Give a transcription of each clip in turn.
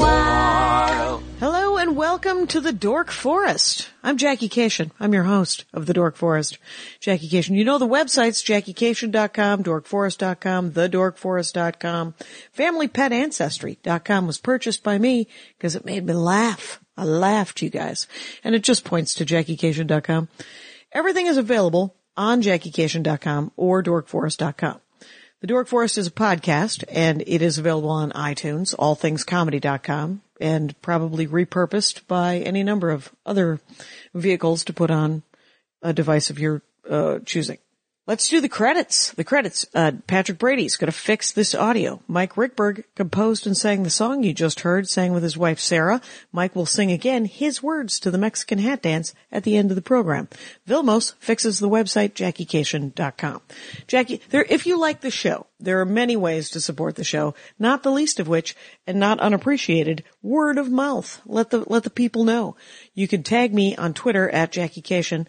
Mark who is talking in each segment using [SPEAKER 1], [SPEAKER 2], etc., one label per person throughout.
[SPEAKER 1] while.
[SPEAKER 2] Hello and welcome to the Dork Forest. I'm Jackie Cation. I'm your host of the Dork Forest. Jackie Cation. You know the websites, jackiecation.com, dorkforest.com, thedorkforest.com. Familypetancestry.com was purchased by me because it made me laugh. I laughed, you guys. And it just points to jackiecation.com. Everything is available on jackiecation.com or dorkforest.com. The Dork Forest is a podcast and it is available on iTunes, allthingscomedy.com, and probably repurposed by any number of other vehicles to put on a device of your uh, choosing. Let's do the credits. The credits. Uh, Patrick Brady's going to fix this audio. Mike Rickberg composed and sang the song you just heard, sang with his wife Sarah. Mike will sing again his words to the Mexican hat dance at the end of the program. Vilmos fixes the website, JackieCation.com. Jackie, there, if you like the show, there are many ways to support the show, not the least of which, and not unappreciated, word of mouth. Let the, let the people know. You can tag me on Twitter at Jackie Cation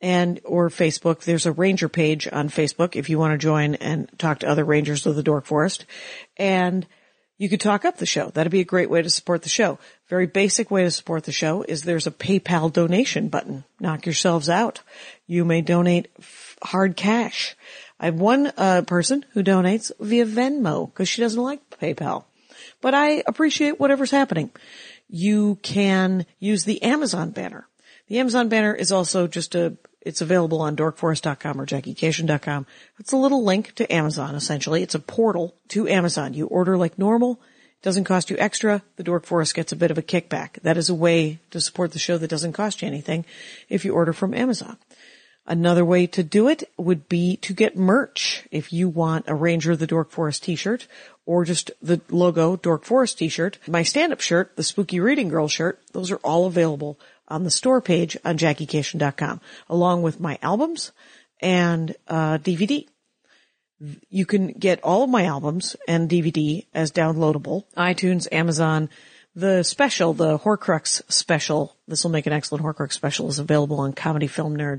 [SPEAKER 2] and or Facebook. There's a ranger page on Facebook if you want to join and talk to other rangers of the Dork Forest. And you could talk up the show. That'd be a great way to support the show. Very basic way to support the show is there's a PayPal donation button. Knock yourselves out. You may donate f- hard cash. I have one uh, person who donates via Venmo because she doesn't like PayPal but I appreciate whatever's happening. You can use the Amazon banner. The Amazon banner is also just a, it's available on dorkforest.com or jackiecation.com. It's a little link to Amazon, essentially. It's a portal to Amazon. You order like normal. It doesn't cost you extra. The Dork Forest gets a bit of a kickback. That is a way to support the show that doesn't cost you anything if you order from Amazon. Another way to do it would be to get merch. If you want a Ranger of the Dork Forest t-shirt or just the logo Dork Forest t-shirt, my stand-up shirt, the Spooky Reading Girl shirt, those are all available on the store page on JackieCation.com along with my albums and uh, DVD. You can get all of my albums and DVD as downloadable, iTunes, Amazon, the special, the Horcrux special, this will make an excellent Horcrux special, is available on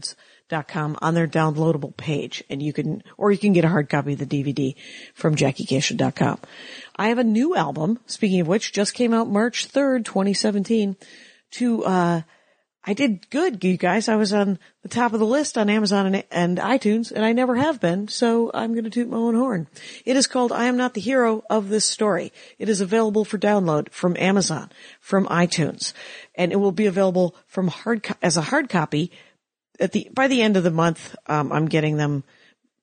[SPEAKER 2] comedyfilmnerds.com on their downloadable page. And you can, or you can get a hard copy of the DVD from JackieCation.com. I have a new album, speaking of which, just came out March 3rd, 2017, to, uh, I did good, you guys. I was on the top of the list on Amazon and, and iTunes, and I never have been, so I'm going to toot my own horn. It is called I Am Not the Hero of This Story. It is available for download from Amazon, from iTunes, and it will be available from hard co- as a hard copy at the by the end of the month. Um, I'm getting them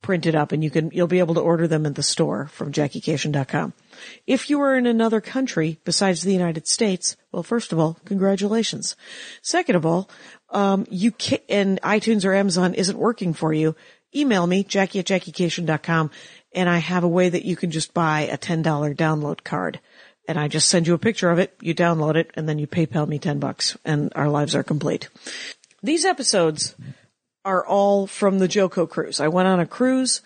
[SPEAKER 2] printed up and you can you'll be able to order them at the store from jackiecation.com. If you are in another country besides the United States, well first of all, congratulations. Second of all, um you can and iTunes or Amazon isn't working for you, email me jackie at jackiecation.com and I have a way that you can just buy a $10 download card and I just send you a picture of it, you download it and then you PayPal me 10 bucks and our lives are complete. These episodes are all from the Joko cruise. I went on a cruise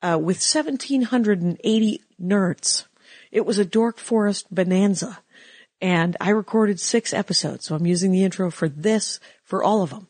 [SPEAKER 2] uh, with 1,780 nerds. It was a dork forest bonanza. And I recorded six episodes, so I'm using the intro for this, for all of them.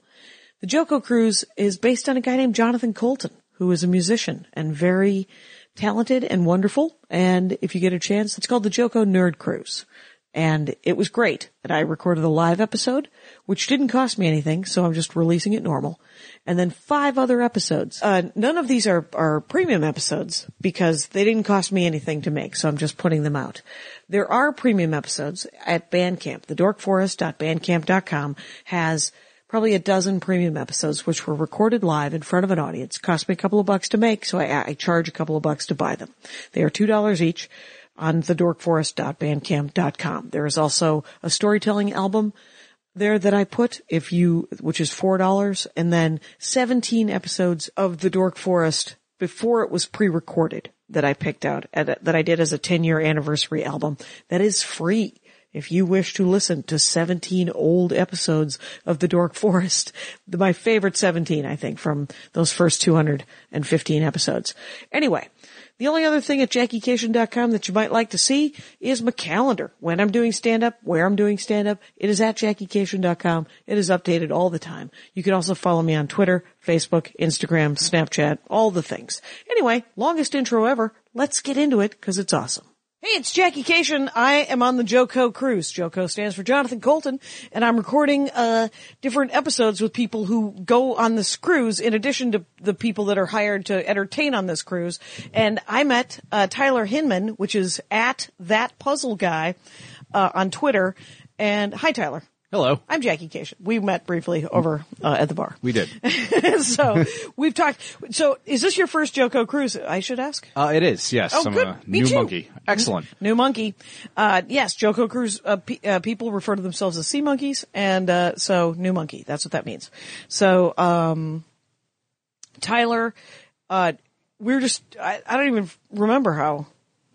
[SPEAKER 2] The Joko Cruise is based on a guy named Jonathan Colton, who is a musician and very talented and wonderful. And if you get a chance, it's called the Joko Nerd Cruise. And it was great. And I recorded a live episode, which didn't cost me anything, so I'm just releasing it normal. And then five other episodes. Uh, none of these are, are premium episodes because they didn't cost me anything to make, so I'm just putting them out. There are premium episodes at Bandcamp. The dorkforest.bandcamp.com has probably a dozen premium episodes, which were recorded live in front of an audience. Cost me a couple of bucks to make, so I, I charge a couple of bucks to buy them. They are two dollars each on thedorkforest.bandcamp.com. There is also a storytelling album there that I put, if you, which is four dollars, and then seventeen episodes of the Dork Forest before it was pre-recorded that I picked out at, that I did as a ten-year anniversary album. That is free. If you wish to listen to 17 old episodes of The Dork Forest, the- my favorite 17, I think, from those first 215 episodes. Anyway, the only other thing at JackieCation.com that you might like to see is my calendar. When I'm doing stand up, where I'm doing stand up, it is at JackieCation.com. It is updated all the time. You can also follow me on Twitter, Facebook, Instagram, Snapchat, all the things. Anyway, longest intro ever. Let's get into it because it's awesome. Hey, it's Jackie Cation. I am on the Joco cruise. Joco stands for Jonathan Colton, and I'm recording uh different episodes with people who go on this cruise in addition to the people that are hired to entertain on this cruise. And I met uh Tyler Hinman, which is at that puzzle guy uh on Twitter. And hi Tyler.
[SPEAKER 3] Hello.
[SPEAKER 2] I'm Jackie Cation. We met briefly over uh, at the bar.
[SPEAKER 3] We did.
[SPEAKER 2] so we've talked so is this your first Joco cruise? I should ask.
[SPEAKER 3] Uh, it is, yes.
[SPEAKER 2] Oh,
[SPEAKER 3] I'm
[SPEAKER 2] good.
[SPEAKER 3] a
[SPEAKER 2] Me
[SPEAKER 3] new
[SPEAKER 2] too.
[SPEAKER 3] monkey. Excellent.
[SPEAKER 2] New monkey. Uh, yes, Joco Cruz, uh, pe- uh, people refer to themselves as sea monkeys, and, uh, so new monkey. That's what that means. So, um, Tyler, uh, we were just, I, I don't even remember how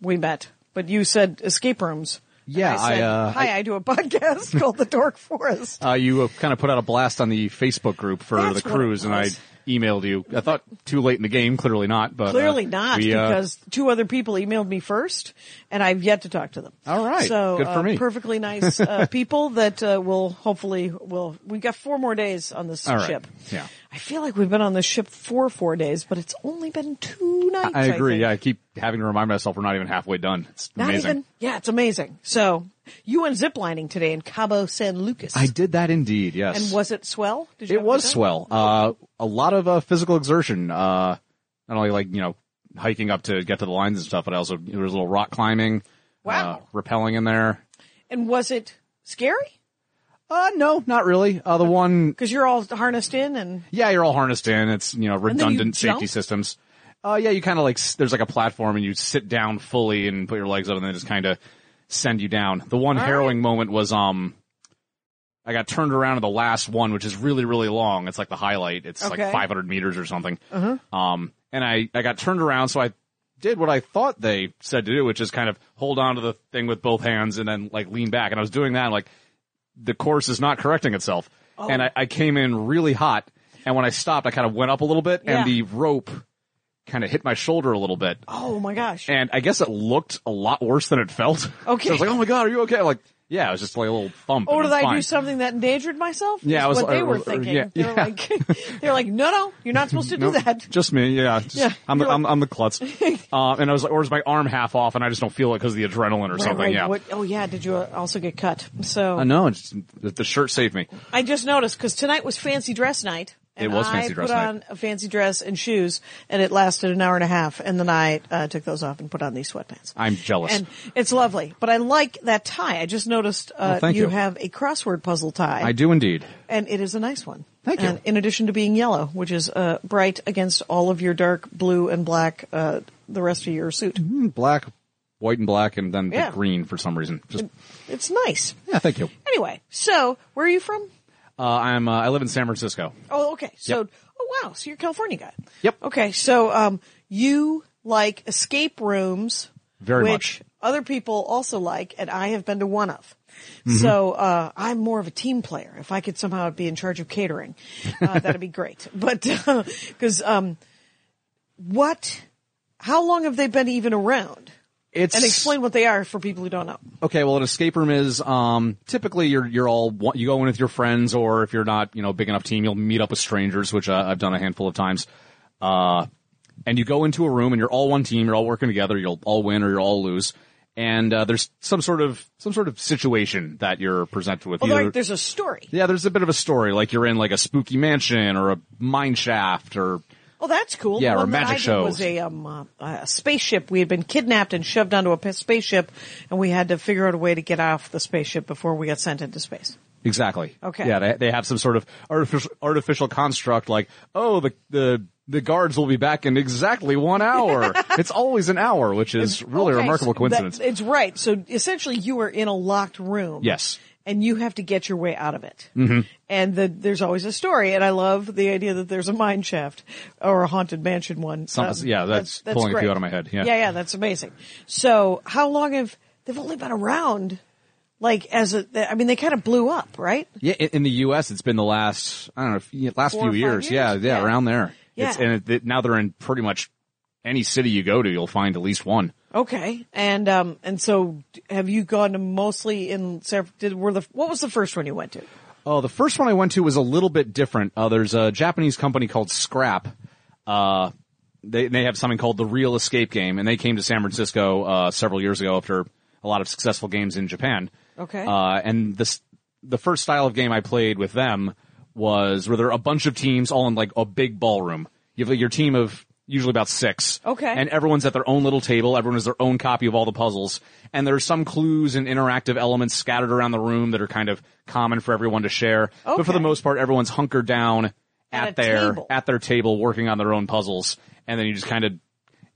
[SPEAKER 2] we met, but you said escape rooms. And
[SPEAKER 3] Yeah,
[SPEAKER 2] I, said,
[SPEAKER 3] I, uh,
[SPEAKER 2] hi, I, do a podcast called The Dork Forest.
[SPEAKER 3] Uh, you uh, kind of put out a blast on the Facebook group for
[SPEAKER 2] That's
[SPEAKER 3] the
[SPEAKER 2] what it
[SPEAKER 3] cruise, and I
[SPEAKER 2] was.
[SPEAKER 3] emailed you. I thought too late in the game. Clearly not. But uh,
[SPEAKER 2] Clearly not,
[SPEAKER 3] we, uh,
[SPEAKER 2] because two other people emailed me first, and I've yet to talk to them.
[SPEAKER 3] All right.
[SPEAKER 2] so
[SPEAKER 3] Good for
[SPEAKER 2] uh,
[SPEAKER 3] me.
[SPEAKER 2] perfectly nice uh, people that uh, will hopefully will. We got four more days on this
[SPEAKER 3] All right.
[SPEAKER 2] ship.
[SPEAKER 3] Yeah.
[SPEAKER 2] I feel like we've been on this ship for four days, but it's only been two nights.
[SPEAKER 3] I agree.
[SPEAKER 2] think.
[SPEAKER 3] yeah, I keep having to remind myself we're not even halfway done. It's
[SPEAKER 2] Not
[SPEAKER 3] amazing.
[SPEAKER 2] even. Yeah, it's amazing. So you went ziplining today in Cabo San Lucas.
[SPEAKER 3] I did that indeed. Yes.
[SPEAKER 2] And was it swell? Did you
[SPEAKER 3] It
[SPEAKER 2] have a
[SPEAKER 3] was
[SPEAKER 2] good time?
[SPEAKER 3] swell. Uh, a lot of uh, physical exertion. Uh, not only like you know hiking up to get to the lines and stuff, but also there was a little rock climbing.
[SPEAKER 2] Wow.
[SPEAKER 3] Uh, rappelling in there.
[SPEAKER 2] And was it scary?
[SPEAKER 3] Uh, no, not really. Uh, the one,
[SPEAKER 2] Because you're all harnessed in, and
[SPEAKER 3] yeah, you're all harnessed in. It's you know
[SPEAKER 2] then you
[SPEAKER 3] redundant safety
[SPEAKER 2] jump?
[SPEAKER 3] systems. Uh, yeah, you kind of like s- there's like a platform and you sit down fully and put your legs up and then just kind of send you down. The one
[SPEAKER 2] All
[SPEAKER 3] harrowing moment was um. I got turned around to the last one, which is really, really long. It's like the highlight. It's
[SPEAKER 2] Okay. Uh-huh.
[SPEAKER 3] like 500 meters or something. Um, and I, I got turned around, so I did what I thought they said to do, which is kind of hold on to the thing with both hands and then like lean back. And I was doing that, and, like the course is not correcting itself.
[SPEAKER 2] Oh.
[SPEAKER 3] And I, I came in really hot, and when I stopped, I kind of went up a little bit,
[SPEAKER 2] Yeah.
[SPEAKER 3] and the rope kind of hit my shoulder a little bit.
[SPEAKER 2] oh my gosh,
[SPEAKER 3] And I guess it looked a lot worse than it felt.
[SPEAKER 2] Okay.
[SPEAKER 3] so I was like, "Oh my god, are you okay?" I'm like, yeah, it was just like a little thump.
[SPEAKER 2] Oh,
[SPEAKER 3] and
[SPEAKER 2] did
[SPEAKER 3] it's
[SPEAKER 2] I do
[SPEAKER 3] fine.
[SPEAKER 2] something that endangered myself?
[SPEAKER 3] Yeah,
[SPEAKER 2] Is
[SPEAKER 3] I was- uh,
[SPEAKER 2] what they
[SPEAKER 3] or-
[SPEAKER 2] were
[SPEAKER 3] or-
[SPEAKER 2] thinking.
[SPEAKER 3] yeah,
[SPEAKER 2] they're
[SPEAKER 3] yeah.
[SPEAKER 2] like, they're like, no, no, you're not supposed to do
[SPEAKER 3] Nope,
[SPEAKER 2] that.
[SPEAKER 3] Just me, yeah. Just,
[SPEAKER 2] Yeah,
[SPEAKER 3] I'm the
[SPEAKER 2] you're
[SPEAKER 3] I'm, I'm the klutz. Uh, and I was like, or is my arm half off, and I just don't feel it because of the adrenaline or something.
[SPEAKER 2] Right, right.
[SPEAKER 3] yeah.
[SPEAKER 2] What- oh yeah. Did you uh, also get cut? So
[SPEAKER 3] I know. Just, the, the shirt saved me.
[SPEAKER 2] I just noticed because tonight was fancy dress night.
[SPEAKER 3] It
[SPEAKER 2] and
[SPEAKER 3] was
[SPEAKER 2] I
[SPEAKER 3] fancy
[SPEAKER 2] put
[SPEAKER 3] dress night.
[SPEAKER 2] on a fancy dress and shoes, and it lasted an hour and a half. And then I uh, took those off and put on these sweatpants.
[SPEAKER 3] I'm jealous.
[SPEAKER 2] and it's lovely, but I like that tie. I just noticed uh,
[SPEAKER 3] Well, thank you.
[SPEAKER 2] have a crossword puzzle tie.
[SPEAKER 3] I do indeed.
[SPEAKER 2] and it is a nice one.
[SPEAKER 3] Thank you.
[SPEAKER 2] And in addition to being yellow, which is uh, bright against all of your dark blue and black, uh, the rest of your suit,
[SPEAKER 3] Mm-hmm. Black, white, and black, and then
[SPEAKER 2] Yeah.
[SPEAKER 3] the green for some reason. Just
[SPEAKER 2] it's nice.
[SPEAKER 3] yeah. Thank you.
[SPEAKER 2] Anyway, so where are you from?
[SPEAKER 3] Uh, I'm. Uh, I live in San Francisco.
[SPEAKER 2] Oh, okay. So,
[SPEAKER 3] Yep.
[SPEAKER 2] oh wow, so you're a California guy.
[SPEAKER 3] Yep.
[SPEAKER 2] Okay, so um, you like escape rooms,
[SPEAKER 3] Very
[SPEAKER 2] which
[SPEAKER 3] much.
[SPEAKER 2] other people also like, and I have been to one of.
[SPEAKER 3] Mm-hmm.
[SPEAKER 2] So uh, I'm more of a team player. If I could somehow be in charge of catering, uh, that'd be great. But because um, what? How long have they been even around?
[SPEAKER 3] It's
[SPEAKER 2] And explain what they are for people who don't know.
[SPEAKER 3] Okay, well, an escape room is um, typically you're you're all one- you go in with your friends, or if you're not you know big enough team, you'll meet up with strangers, which uh, I've done a handful of times. Uh, and you go into a room, and you're all one team. You're all working together. You'll all win, or you'll all lose. And uh, there's some sort of some sort of situation that you're presented with.
[SPEAKER 2] Although
[SPEAKER 3] Either-
[SPEAKER 2] like, there's a story.
[SPEAKER 3] yeah, there's a bit of a story, like you're in like a spooky mansion or a mine shaft, or
[SPEAKER 2] Oh, that's cool.
[SPEAKER 3] Yeah,
[SPEAKER 2] the
[SPEAKER 3] or
[SPEAKER 2] one that
[SPEAKER 3] magic
[SPEAKER 2] I did
[SPEAKER 3] shows.
[SPEAKER 2] was a, um, uh, a spaceship. We had been kidnapped and shoved onto a p- spaceship, and we had to figure out a way to get off the spaceship before we got sent into space.
[SPEAKER 3] Exactly.
[SPEAKER 2] Okay.
[SPEAKER 3] Yeah, they, they have some sort of artificial artificial construct like, oh, the the the guards will be back in exactly one hour. it's always an hour, which is really a
[SPEAKER 2] Okay,
[SPEAKER 3] remarkable
[SPEAKER 2] so
[SPEAKER 3] coincidence.
[SPEAKER 2] that- it's right. So essentially, you are in a locked room.
[SPEAKER 3] Yes.
[SPEAKER 2] And you have to get your way out of it. Mm-hmm. And the, there's always a story, and I love the idea that there's a mine shaft or a haunted mansion one. Um,
[SPEAKER 3] Some- yeah, that's pulling a few out of my head, yeah.
[SPEAKER 2] yeah, yeah, that's amazing. So, how long have they've only been around? Like as a, I mean, they kind of blew up, right?
[SPEAKER 3] Yeah, in, in the U.S., it's been the last I don't know, few- last
[SPEAKER 2] Four
[SPEAKER 3] few
[SPEAKER 2] or five
[SPEAKER 3] years.
[SPEAKER 2] years?
[SPEAKER 3] Yeah, yeah,
[SPEAKER 2] Yeah.
[SPEAKER 3] around there. It's,
[SPEAKER 2] Yeah.
[SPEAKER 3] and it, it- now they're in pretty much any city you go to, you'll find at least one.
[SPEAKER 2] Okay. And, um, and so d- have you gone to mostly in San, did, were the, what was the first one you went to?
[SPEAKER 3] Oh, the first one I went to was a little bit different. Uh, there's a Japanese company called Scrap. Uh, they they have something called the Real Escape Game, and they came to San Francisco uh, several years ago after a lot of successful games in Japan.
[SPEAKER 2] Okay.
[SPEAKER 3] Uh, and this the first style of game I played with them was where there are a bunch of teams all in like a big ballroom. You have your team of usually about six.
[SPEAKER 2] Okay.
[SPEAKER 3] And everyone's at their own little table. Everyone has their own copy of all the puzzles. And there's some clues and interactive elements scattered around the room that are kind of common for everyone to share. But for
[SPEAKER 2] Okay.
[SPEAKER 3] the most part, everyone's hunkered down
[SPEAKER 2] At
[SPEAKER 3] at,
[SPEAKER 2] a
[SPEAKER 3] their
[SPEAKER 2] table.
[SPEAKER 3] at their table working on their own puzzles. And then you just kind of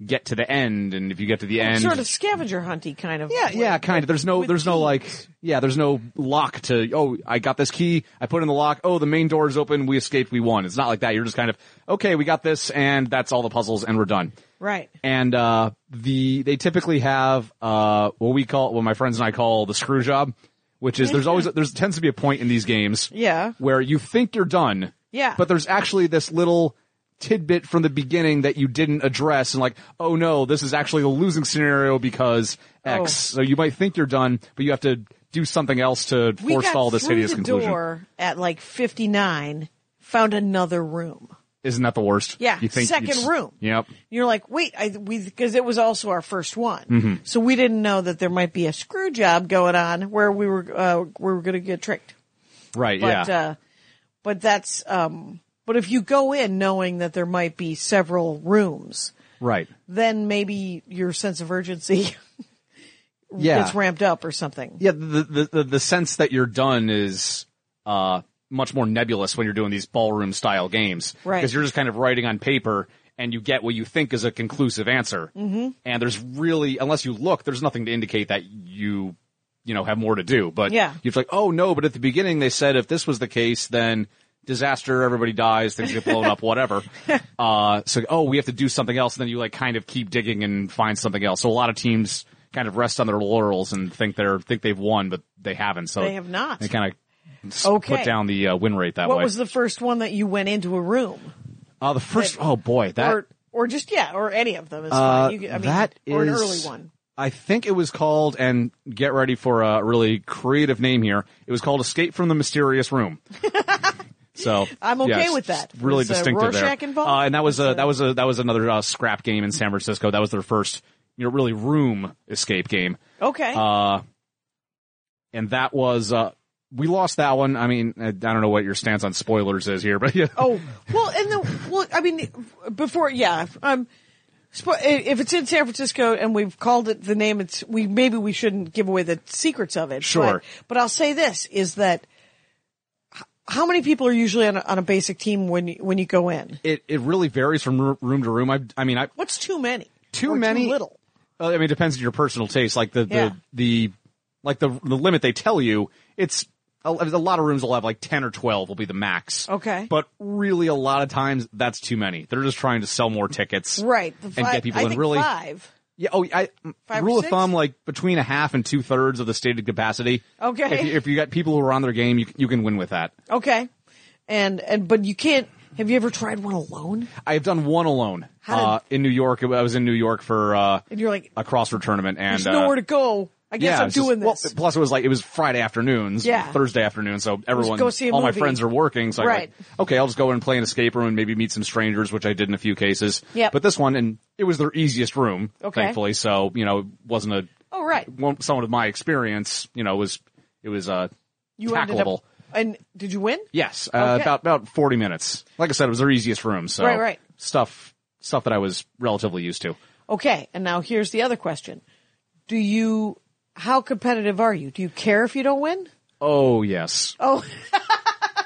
[SPEAKER 3] get to the end. And if you get to the end,
[SPEAKER 2] sort of scavenger hunty kind of.
[SPEAKER 3] yeah, yeah, kind of. There's no,
[SPEAKER 2] with
[SPEAKER 3] there's no like,
[SPEAKER 2] keys.
[SPEAKER 3] yeah, there's no lock to. Oh, I got this key. I put in the lock. Oh, the main door is open. We escaped. We won. It's not like that. You're just kind of okay. We got this, and that's all the puzzles, and we're done.
[SPEAKER 2] Right.
[SPEAKER 3] And uh, the they typically have uh, what we call, what my friends and I call the screw job, which is there's always there's tends to be a point in these games,
[SPEAKER 2] Yeah.
[SPEAKER 3] where you think you're done,
[SPEAKER 2] Yeah.
[SPEAKER 3] but there's actually this little tidbit from the beginning that you didn't address and like oh no this is actually the losing scenario because x
[SPEAKER 2] Oh.
[SPEAKER 3] so you might think you're done but you have to do something else to
[SPEAKER 2] We
[SPEAKER 3] forestall
[SPEAKER 2] got
[SPEAKER 3] this
[SPEAKER 2] through
[SPEAKER 3] hideous
[SPEAKER 2] the
[SPEAKER 3] conclusion
[SPEAKER 2] door at like 59, found another room.
[SPEAKER 3] isn't that the worst
[SPEAKER 2] Yeah,
[SPEAKER 3] you think
[SPEAKER 2] second
[SPEAKER 3] it's-
[SPEAKER 2] room.
[SPEAKER 3] yep
[SPEAKER 2] You're like, wait, I, we, cause it was also our first one.
[SPEAKER 3] Mm-hmm.
[SPEAKER 2] So we didn't know that there might be a screw job going on where we were, uh, we were going to get tricked.
[SPEAKER 3] right
[SPEAKER 2] But,
[SPEAKER 3] yeah
[SPEAKER 2] uh, but that's, um, but if you go in knowing that there might be several rooms,
[SPEAKER 3] right
[SPEAKER 2] then maybe your sense of urgency
[SPEAKER 3] yeah
[SPEAKER 2] gets ramped up or something.
[SPEAKER 3] yeah the, the the the sense that you're done is uh much more nebulous when you're doing these ballroom style games
[SPEAKER 2] Right.
[SPEAKER 3] because you're just kind of writing on paper and you get what you think is a conclusive answer mm-hmm. and there's really unless you look there's nothing to indicate that you you know have more to do but
[SPEAKER 2] Yeah.
[SPEAKER 3] you're like oh no but at the beginning they said if this was the case then disaster everybody dies things get blown up whatever uh so oh we have to do something else and then you like kind of keep digging and find something else so a lot of teams kind of rest on their laurels and think they're think they've won but they haven't so
[SPEAKER 2] They have not.
[SPEAKER 3] they kind of
[SPEAKER 2] Okay.
[SPEAKER 3] put down the uh, win rate that
[SPEAKER 2] What
[SPEAKER 3] way
[SPEAKER 2] was the first one that you went into a room?
[SPEAKER 3] uh the first oh boy that
[SPEAKER 2] or, or just, yeah, or any of them is
[SPEAKER 3] Uh,
[SPEAKER 2] fine. You, can- I mean,
[SPEAKER 3] that
[SPEAKER 2] or an
[SPEAKER 3] is-
[SPEAKER 2] early one.
[SPEAKER 3] I think it was called, and get ready for a really creative name here. It was called "Escape from the Mysterious Room." so
[SPEAKER 2] I'm okay
[SPEAKER 3] yes,
[SPEAKER 2] with that.
[SPEAKER 3] Really
[SPEAKER 2] Was, uh,
[SPEAKER 3] distinctive
[SPEAKER 2] Rorschach
[SPEAKER 3] there.
[SPEAKER 2] involved?
[SPEAKER 3] Uh, and that was a that was a that was another uh, scrap game in San Francisco. That was their first, you know, really room escape game.
[SPEAKER 2] Okay.
[SPEAKER 3] Uh, and that was uh, we lost that one. I mean, I I don't know what your stance on spoilers is here, but yeah.
[SPEAKER 2] Oh well, and the well, I mean, before yeah, um, spo- if it's in San Francisco and we've called it the name, it's we maybe we shouldn't give away the secrets of it.
[SPEAKER 3] Sure.
[SPEAKER 2] but, but I'll say this is that h- how many people are usually on a, on a basic team when you, when you go in?
[SPEAKER 3] It, it really varies from ro- room to room. I, I mean, I,
[SPEAKER 2] What's too many?
[SPEAKER 3] Too
[SPEAKER 2] Or
[SPEAKER 3] many-
[SPEAKER 2] Too little.
[SPEAKER 3] Uh, I mean, it depends on your personal taste. Like the the
[SPEAKER 2] Yeah.
[SPEAKER 3] the like the the limit they tell you, it's a, a lot of rooms will have like ten or twelve will be the max.
[SPEAKER 2] Okay.
[SPEAKER 3] but really, a lot of times that's too many. They're just trying to sell more tickets,
[SPEAKER 2] Right. The
[SPEAKER 3] and
[SPEAKER 2] five-
[SPEAKER 3] get people
[SPEAKER 2] I
[SPEAKER 3] in.
[SPEAKER 2] think
[SPEAKER 3] Really,
[SPEAKER 2] five.
[SPEAKER 3] yeah. Oh, I
[SPEAKER 2] Five or
[SPEAKER 3] rule of
[SPEAKER 2] six?
[SPEAKER 3] thumb like between a half and two thirds of the stated capacity.
[SPEAKER 2] Okay.
[SPEAKER 3] if you, if you got people who are on their game, you you can win with that.
[SPEAKER 2] Okay, and and but you can't. Have you ever tried one alone?
[SPEAKER 3] I have done one alone
[SPEAKER 2] How did-
[SPEAKER 3] uh, in New York. I was in New York for uh,
[SPEAKER 2] And you're like,
[SPEAKER 3] a crossword tournament, and
[SPEAKER 2] there's
[SPEAKER 3] uh,
[SPEAKER 2] nowhere to go. I guess I'm
[SPEAKER 3] it's just-
[SPEAKER 2] doing
[SPEAKER 3] well,
[SPEAKER 2] this.
[SPEAKER 3] plus, it was like it was Friday afternoons,
[SPEAKER 2] Yeah.
[SPEAKER 3] Thursday afternoon, so everyone,
[SPEAKER 2] go see a
[SPEAKER 3] all my
[SPEAKER 2] movie.
[SPEAKER 3] friends are working, so I'm
[SPEAKER 2] Right.
[SPEAKER 3] like, okay, I'll just go and play an escape room and maybe meet some strangers, which I did in a few cases.
[SPEAKER 2] Yep.
[SPEAKER 3] But this one, and it was their easiest room,
[SPEAKER 2] Okay.
[SPEAKER 3] thankfully, so you know, it wasn't a
[SPEAKER 2] oh right.
[SPEAKER 3] won't- someone with my experience, you know, was it was uh
[SPEAKER 2] You ended
[SPEAKER 3] tackleable.
[SPEAKER 2] up. And did you win?
[SPEAKER 3] Yes, uh,
[SPEAKER 2] Okay.
[SPEAKER 3] about about forty minutes. Like I said, it was their easiest room, so
[SPEAKER 2] Right, right.
[SPEAKER 3] stuff stuff that I was relatively used to.
[SPEAKER 2] Okay, and now here's the other question. Do you, how competitive are you? Do you care if you don't win?
[SPEAKER 3] Oh yes,
[SPEAKER 2] Oh,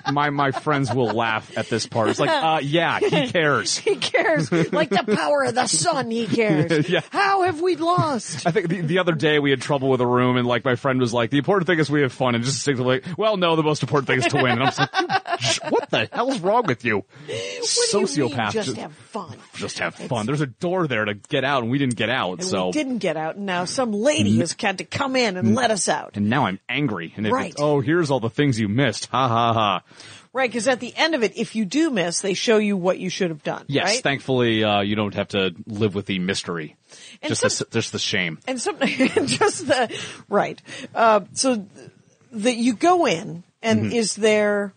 [SPEAKER 3] Oh, my my friends will laugh at this part. It's like, uh, yeah, he cares.
[SPEAKER 2] He cares. Like the power of the sun, he cares.
[SPEAKER 3] Yeah.
[SPEAKER 2] How have we lost?
[SPEAKER 3] I think the, the other day we had trouble with a room, and like my friend was like, "The important thing is we have fun," and just stick to like, "Well, no, the most important thing is to win." And I'm just like, "Sh- "What the hell's wrong with you,
[SPEAKER 2] What do you mean,
[SPEAKER 3] sociopath?"
[SPEAKER 2] just have fun.
[SPEAKER 3] just have fun. There's a door there to get out, and we didn't get out.
[SPEAKER 2] And
[SPEAKER 3] so
[SPEAKER 2] we didn't get out, and now some lady has had to come in and let us out.
[SPEAKER 3] and now I'm angry. And it's
[SPEAKER 2] Right.
[SPEAKER 3] oh, here's all the things you missed. Ha ha ha.
[SPEAKER 2] Right, because at the end of it, if you do miss, they show you what you should have done.
[SPEAKER 3] Yes,
[SPEAKER 2] right?
[SPEAKER 3] thankfully uh, you don't have to live with the mystery,
[SPEAKER 2] And
[SPEAKER 3] just
[SPEAKER 2] some-
[SPEAKER 3] the, just the shame.
[SPEAKER 2] and some just the right. Uh, so that you go in, and
[SPEAKER 3] Mm-hmm.
[SPEAKER 2] is there?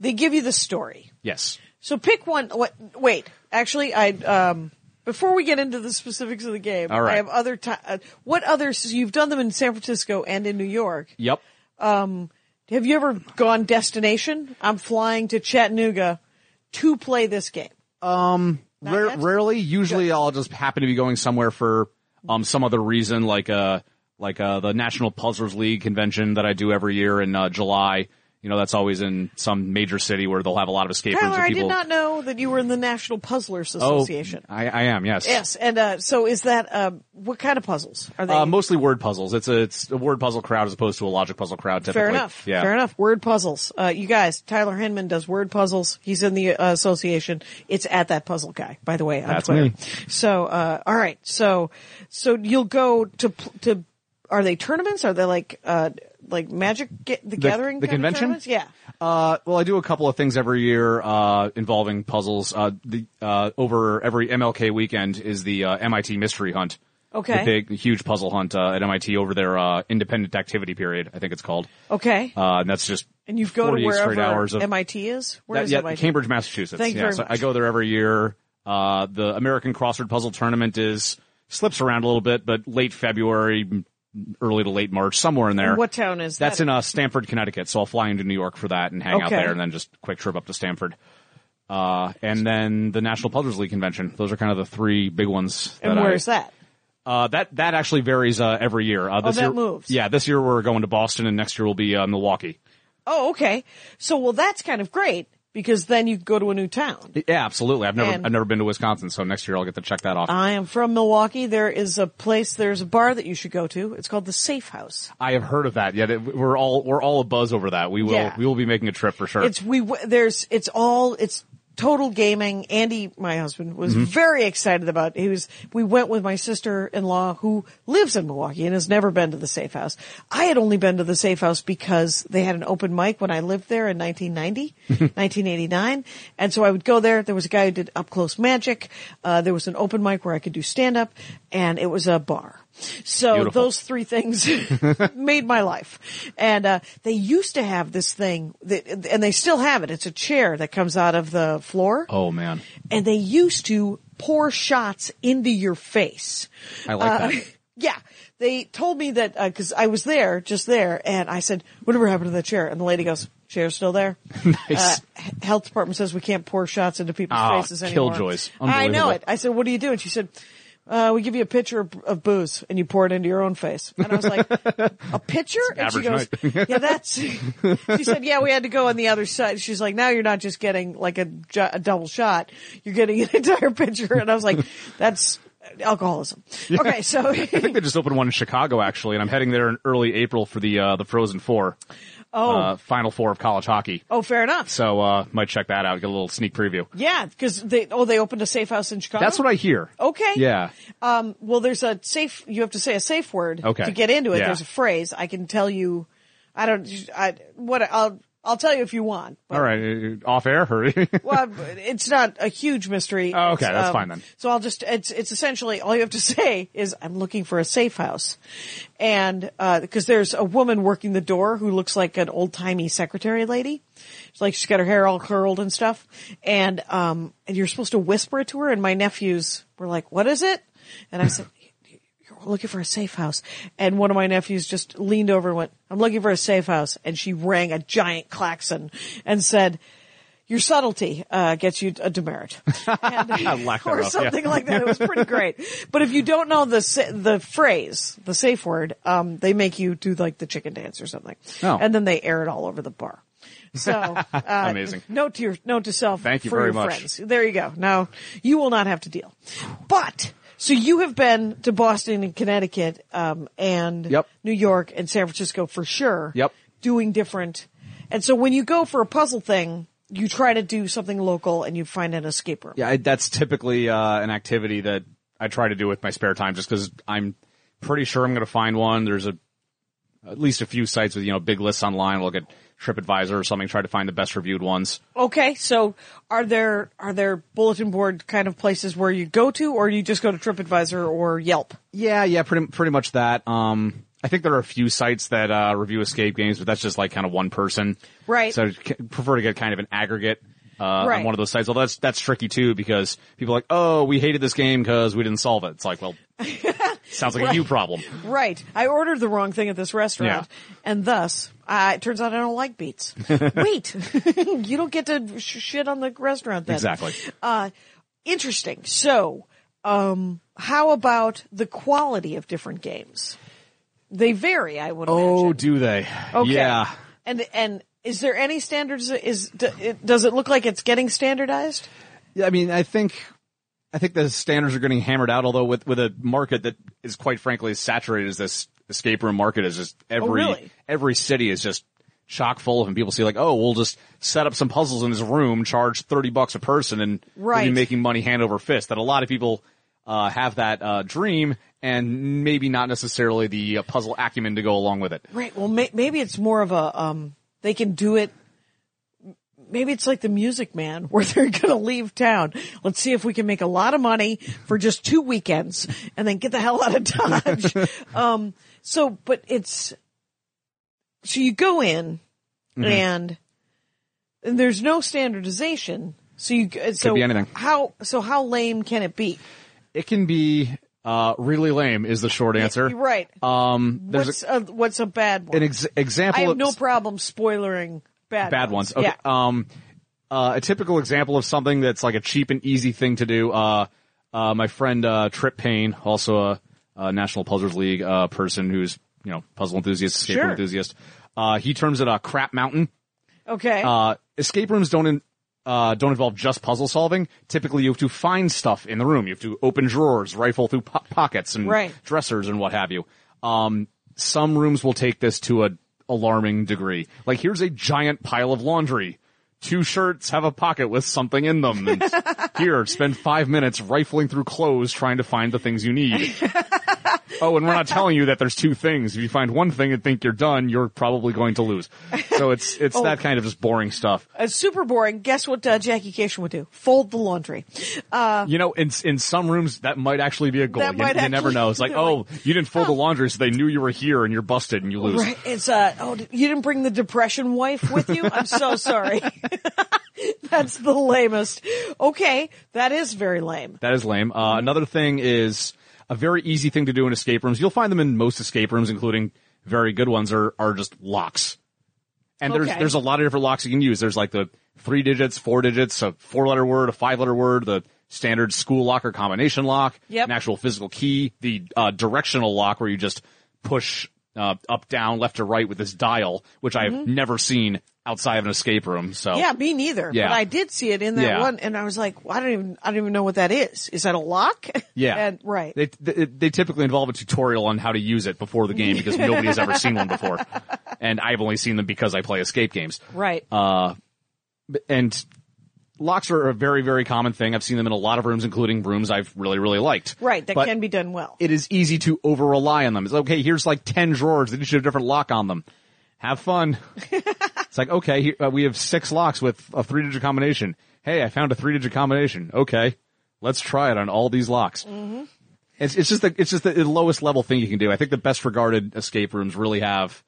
[SPEAKER 2] They give you the story.
[SPEAKER 3] yes,
[SPEAKER 2] So pick one. What, wait, actually, I um before we get into the specifics of the game,
[SPEAKER 3] All right.
[SPEAKER 2] I have other ti Uh, what others? You've done them in San Francisco and in New York.
[SPEAKER 3] yep.
[SPEAKER 2] Have you ever gone destination? I'm flying to Chattanooga to play this game.
[SPEAKER 3] Rare,
[SPEAKER 2] yet?
[SPEAKER 3] rarely, usually I'll just happen to be going somewhere for um some other reason, like uh like uh the National Puzzlers League convention that I do every year in uh, July. You know, that's always in some major city where they'll have a lot of escape rooms.
[SPEAKER 2] Tyler,
[SPEAKER 3] and
[SPEAKER 2] I
[SPEAKER 3] people.
[SPEAKER 2] did not know that you were in the National Puzzlers
[SPEAKER 3] oh,
[SPEAKER 2] Association.
[SPEAKER 3] I, I am. Yes.
[SPEAKER 2] Yes, and uh, so is that uh, what kind of puzzles are they?
[SPEAKER 3] Uh, mostly word puzzles. It's a it's a word puzzle crowd as opposed to a logic puzzle crowd. Typically,
[SPEAKER 2] Fair enough.
[SPEAKER 3] Yeah.
[SPEAKER 2] Fair enough. Word puzzles. Uh, you guys, Tyler Hinman does word puzzles. He's in the uh, association. It's at that puzzle guy, by the way, on
[SPEAKER 3] That's
[SPEAKER 2] Twitter.
[SPEAKER 3] me.
[SPEAKER 2] So, uh, all right. So, so you'll go to pl- to. Are they tournaments? Are they like uh like Magic Ga- the, Gathering?
[SPEAKER 3] the
[SPEAKER 2] kind of
[SPEAKER 3] convention?
[SPEAKER 2] tournaments? Yeah.
[SPEAKER 3] Uh, well, I do a couple of things every year uh, involving puzzles. Uh, the uh, over every MLK weekend is the uh, MIT Mystery Hunt.
[SPEAKER 2] Okay.
[SPEAKER 3] The big, huge puzzle hunt uh, at MIT over their uh, independent activity period. I think it's called.
[SPEAKER 2] Okay.
[SPEAKER 3] Uh, and that's just
[SPEAKER 2] and you go to
[SPEAKER 3] 48 straight
[SPEAKER 2] wherever
[SPEAKER 3] hours of
[SPEAKER 2] MIT is. Where
[SPEAKER 3] that-
[SPEAKER 2] is
[SPEAKER 3] yeah,
[SPEAKER 2] MIT?
[SPEAKER 3] Cambridge, Massachusetts.
[SPEAKER 2] Thank you
[SPEAKER 3] yeah,
[SPEAKER 2] very
[SPEAKER 3] so
[SPEAKER 2] much.
[SPEAKER 3] I go there every year. Uh, the American Crossword Puzzle Tournament is slips around a little bit, but late February, m- early to late March, somewhere in there.
[SPEAKER 2] What town is
[SPEAKER 3] That's
[SPEAKER 2] that?
[SPEAKER 3] in uh, Stamford, Connecticut. So I'll fly into New York for that and hang out
[SPEAKER 2] Okay.
[SPEAKER 3] there, and then just quick trip up to Stamford. Uh, and then the National Puzzlers League convention. Those are kind of the three big ones.
[SPEAKER 2] And
[SPEAKER 3] that I-
[SPEAKER 2] where's that?
[SPEAKER 3] Uh, that that actually varies uh, every year. Uh, this
[SPEAKER 2] Oh, that
[SPEAKER 3] year,
[SPEAKER 2] moves.
[SPEAKER 3] Yeah, this year we're going to Boston, and next year we'll be uh, Milwaukee.
[SPEAKER 2] Oh, okay. So, well, that's kind of great because then you go to a new town.
[SPEAKER 3] Yeah, absolutely. I've never
[SPEAKER 2] And- Uh,
[SPEAKER 3] I've never been to Wisconsin, so next year I'll get to check that off.
[SPEAKER 2] I am from Milwaukee. There is a place, there's a bar that you should go to. It's called the Safe House.
[SPEAKER 3] I have heard of that. Yet it, we're all we're all abuzz over that. We will
[SPEAKER 2] Yeah.
[SPEAKER 3] we will be making a trip for sure.
[SPEAKER 2] It's we w- there's it's all it's total gaming. Andy, my husband, was
[SPEAKER 3] Mm-hmm.
[SPEAKER 2] very excited about. He was we went with my sister-in-law who lives in Milwaukee and has never been to the Safe House. I had only been to the Safe House because they had an open mic when I lived there in 1990, 1989, and so I would go there. There was a guy who did up close magic. Uh, there was an open mic where I could do stand up, and it was a bar. So
[SPEAKER 3] Beautiful.
[SPEAKER 2] those three things made my life. And uh, they used to have this thing, that, and they still have it. It's a chair that comes out of the floor,
[SPEAKER 3] oh man,
[SPEAKER 2] and they used to pour shots into your face.
[SPEAKER 3] I
[SPEAKER 2] Uh,
[SPEAKER 3] like that.
[SPEAKER 2] Yeah, they told me that because I was there, just there, and I said, "Whatever happened to that chair?" And the lady goes, "Chair's still there." Uh,
[SPEAKER 3] Nice.
[SPEAKER 2] h- health department says we can't pour shots into people's
[SPEAKER 3] Ah,
[SPEAKER 2] faces anymore.
[SPEAKER 3] killjoys.
[SPEAKER 2] I know
[SPEAKER 3] Unbelievable.
[SPEAKER 2] it. I said, "What do you do?" And she said. Uh, we give you a pitcher of, of booze and you pour it into your own face. And I was like, a pitcher? And she goes,
[SPEAKER 3] average
[SPEAKER 2] yeah, that's, she said, yeah, we had to go on the other side. She's like, now you're not just getting like a, jo- a double shot. You're getting an entire pitcher. And I was like, that's alcoholism. Okay. So
[SPEAKER 3] I think they just opened one in Chicago actually, and I'm heading there in early April for the uh, the Frozen Four,
[SPEAKER 2] Oh.
[SPEAKER 3] uh, Final Four of college hockey.
[SPEAKER 2] Oh, fair enough.
[SPEAKER 3] So uh, might check that out. Get a little sneak preview.
[SPEAKER 2] yeah, because they oh they opened a safe house in Chicago.
[SPEAKER 3] That's what I hear.
[SPEAKER 2] Okay.
[SPEAKER 3] Yeah.
[SPEAKER 2] Um. Well, there's a safe. You have to say a safe word.
[SPEAKER 3] Okay.
[SPEAKER 2] To get into it,
[SPEAKER 3] Yeah.
[SPEAKER 2] there's a phrase. I can tell you. I don't. I what I'll I'll tell you if you want. But,
[SPEAKER 3] All right. uh, Off air. Hurry.
[SPEAKER 2] Well, it's not a huge mystery.
[SPEAKER 3] Oh,
[SPEAKER 2] It's, um,
[SPEAKER 3] okay, that's fine then.
[SPEAKER 2] So I'll just it's it's essentially all you have to say is I'm looking for a safe house, and because there's a woman working the door who looks like an old timey secretary lady. It's like she's got her hair all curled and stuff, and um and you're supposed to whisper it to her. And my nephews were like, "What is it?" And I said. "You're Looking for a safe house, and one of my nephews just leaned over and went, "I'm looking for a safe house," and she rang a giant klaxon and said, your subtlety uh, gets you a demerit, And-
[SPEAKER 3] Lack
[SPEAKER 2] or
[SPEAKER 3] thereof, yeah.
[SPEAKER 2] something like that. It was pretty great. But if you don't know the sa- the phrase, the safe word, um, they make you do like the chicken dance or something,
[SPEAKER 3] Oh.
[SPEAKER 2] and then they air it all over the bar. So uh,
[SPEAKER 3] Amazing.
[SPEAKER 2] Note to your note to self.
[SPEAKER 3] Thank you
[SPEAKER 2] for
[SPEAKER 3] very
[SPEAKER 2] your
[SPEAKER 3] much.
[SPEAKER 2] Friends. There you go. Now you will not have to deal. But so you have been to Boston and Connecticut, um, and
[SPEAKER 3] Yep.
[SPEAKER 2] New York and San Francisco for sure.
[SPEAKER 3] Yep.
[SPEAKER 2] Doing different, and so when you go for a puzzle thing, you try to do something local and you find an escape room.
[SPEAKER 3] Yeah, I, that's typically uh, an activity that I try to do with my spare time, just because I'm pretty sure I'm going to find one. There's a at least a few sites with you know big lists online. Look at TripAdvisor or something. Try to find the best reviewed ones.
[SPEAKER 2] Okay, so are there are there bulletin board kind of places where you go to, or you just go to TripAdvisor or Yelp?
[SPEAKER 3] Yeah, yeah, pretty pretty much that. Um, I think there are a few sites that uh, review escape games, but that's just like kind of one person,
[SPEAKER 2] Right.
[SPEAKER 3] So I c- prefer to get kind of an aggregate. Uh,
[SPEAKER 2] Right.
[SPEAKER 3] On one of those sites, although that's that's tricky too because people are like, oh, we hated this game because we didn't solve it. It's like, well, sounds like a you problem.
[SPEAKER 2] Right. I ordered the wrong thing at this restaurant, and thus uh, it turns out I don't like beets. Wait, you don't get to sh- shit on the restaurant then.
[SPEAKER 3] Exactly.
[SPEAKER 2] Uh, interesting. So, um, how about the quality of different games? They vary, I would
[SPEAKER 3] Oh,
[SPEAKER 2] imagine.
[SPEAKER 3] do they?
[SPEAKER 2] Okay.
[SPEAKER 3] Yeah.
[SPEAKER 2] And and is there any standards? Is d- it, does it look like it's getting standardized?
[SPEAKER 3] Yeah, I mean, I think, I think the standards are getting hammered out. Although with with a market that is quite frankly as saturated as this escape room market is, just every
[SPEAKER 2] Oh, really?
[SPEAKER 3] every city is just chock full of them. People see like, oh, we'll just set up some puzzles in this room, charge thirty bucks a person, and we'll
[SPEAKER 2] Right.
[SPEAKER 3] be making money hand over fist. That a lot of people uh, have that uh, dream, and maybe not necessarily the uh, puzzle acumen to go along with it.
[SPEAKER 2] Right. Well, may- maybe it's more of a um, they can do it. Maybe it's like the Music Man, where they're going to leave town. Let's see if we can make a lot of money for just two weekends, and then get the hell out of Dodge. um, so, but it's so you go in,
[SPEAKER 3] Mm-hmm.
[SPEAKER 2] and and there's no standardization. So you g- so
[SPEAKER 3] be anything.
[SPEAKER 2] How so? How lame can it be?
[SPEAKER 3] It can be uh, really lame, is the short answer.
[SPEAKER 2] You're right.
[SPEAKER 3] Um, there's a-
[SPEAKER 2] what's a, what's a bad one?
[SPEAKER 3] an ex- example
[SPEAKER 2] I have
[SPEAKER 3] of
[SPEAKER 2] no problem spoilering bad
[SPEAKER 3] bad ones. Okay.
[SPEAKER 2] Yeah.
[SPEAKER 3] Um, uh, a typical example of something that's like a cheap and easy thing to do. Uh, uh, my friend uh, Trip Payne, also a, a National Puzzlers League uh, person who's you know puzzle enthusiast, escape room
[SPEAKER 2] Sure.
[SPEAKER 3] enthusiast. Uh, he terms it a crap mountain.
[SPEAKER 2] Okay.
[SPEAKER 3] Uh, escape rooms don't in, uh, don't involve just puzzle solving. Typically, you have to find stuff in the room. You have to open drawers, rifle through po- pockets and
[SPEAKER 2] Right.
[SPEAKER 3] dressers and what have you. Um, some rooms will take this to a alarming degree. Like here's a giant pile of laundry. Two shirts have a pocket with something in them. And here, spend five minutes rifling through clothes trying to find the things you need. oh, and we're not telling you that there's two things. If you find one thing and think you're done, you're probably going to lose. So it's it's that kind of just boring stuff.
[SPEAKER 2] It's Uh, super boring. Guess what uh, Jackie Cation would do? Fold the laundry. Uh,
[SPEAKER 3] You know, in in some rooms that might actually be a goal.
[SPEAKER 2] That
[SPEAKER 3] You,
[SPEAKER 2] might
[SPEAKER 3] you never
[SPEAKER 2] actually-
[SPEAKER 3] know. It's like, oh, you didn't fold the laundry, so they knew you were here, and you're busted, and you lose.
[SPEAKER 2] right, it's uh oh d- you didn't bring the depression wife with you? I'm so sorry. That's the lamest. Okay, that is very lame.
[SPEAKER 3] That is lame. Uh,
[SPEAKER 2] Mm-hmm.
[SPEAKER 3] another thing is a very easy thing to do in escape rooms. You'll find them in most escape rooms, including very good ones, are are just locks. And there's
[SPEAKER 2] Okay.
[SPEAKER 3] there's a lot of different locks you can use. There's like the three digits, four digits, a four letter word, a five letter word, the standard school lock or combination lock,
[SPEAKER 2] Yep.
[SPEAKER 3] an actual physical key, the uh, directional lock where you just push uh, up, down, left to right with this dial, which I've never seen outside of an escape room. So
[SPEAKER 2] Mm-hmm. Yeah, me neither.
[SPEAKER 3] Oh. Yeah.
[SPEAKER 2] But I did see it in that
[SPEAKER 3] Yeah.
[SPEAKER 2] one, and I was like, well, I don't even I don't even know what that is. Is that a lock?
[SPEAKER 3] Yeah,
[SPEAKER 2] And- right.
[SPEAKER 3] They, they they typically involve a tutorial on how to use it before the game because nobody has ever seen one before, and I've only seen them because I play escape games.
[SPEAKER 2] right.
[SPEAKER 3] Uh, b- and locks are a very very common thing. I've seen them in a lot of rooms, including rooms I've really really liked.
[SPEAKER 2] right. That
[SPEAKER 3] but
[SPEAKER 2] can be done well.
[SPEAKER 3] It is easy to over rely on them. It's okay. Here's like ten drawers that each have a different lock on them. Have fun. it's like okay, here, uh, we have six locks with a three digit combination. Hey, I found a three digit combination. Okay, let's try it on all these locks.
[SPEAKER 2] Mm-hmm.
[SPEAKER 3] It's it's just the it's just the lowest level thing you can do. I think the best regarded escape rooms really have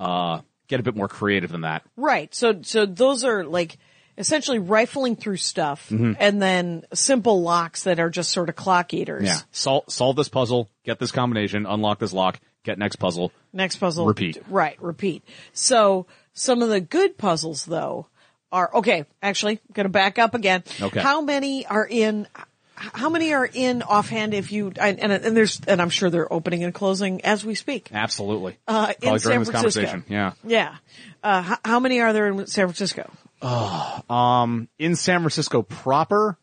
[SPEAKER 3] uh get a bit more creative than that.
[SPEAKER 2] Right. So so those are like essentially rifling through stuff
[SPEAKER 3] Mm-hmm.
[SPEAKER 2] and then simple locks that are just sort of clock eaters.
[SPEAKER 3] Yeah. Sol- solve this puzzle, get this combination, unlock this lock, get next puzzle.
[SPEAKER 2] Next puzzle.
[SPEAKER 3] Repeat.
[SPEAKER 2] Right, repeat. So some of the good puzzles though are okay, actually, I'm gonna back up again.
[SPEAKER 3] Okay.
[SPEAKER 2] How many are in how many are in offhand if you, and, and, and there's, and I'm sure they're opening and closing as we speak.
[SPEAKER 3] Absolutely.
[SPEAKER 2] Uh, in
[SPEAKER 3] Probably during
[SPEAKER 2] San
[SPEAKER 3] this
[SPEAKER 2] Francisco.
[SPEAKER 3] conversation. Yeah.
[SPEAKER 2] Yeah. Uh, how, how many are there in San Francisco?
[SPEAKER 3] In San Francisco proper,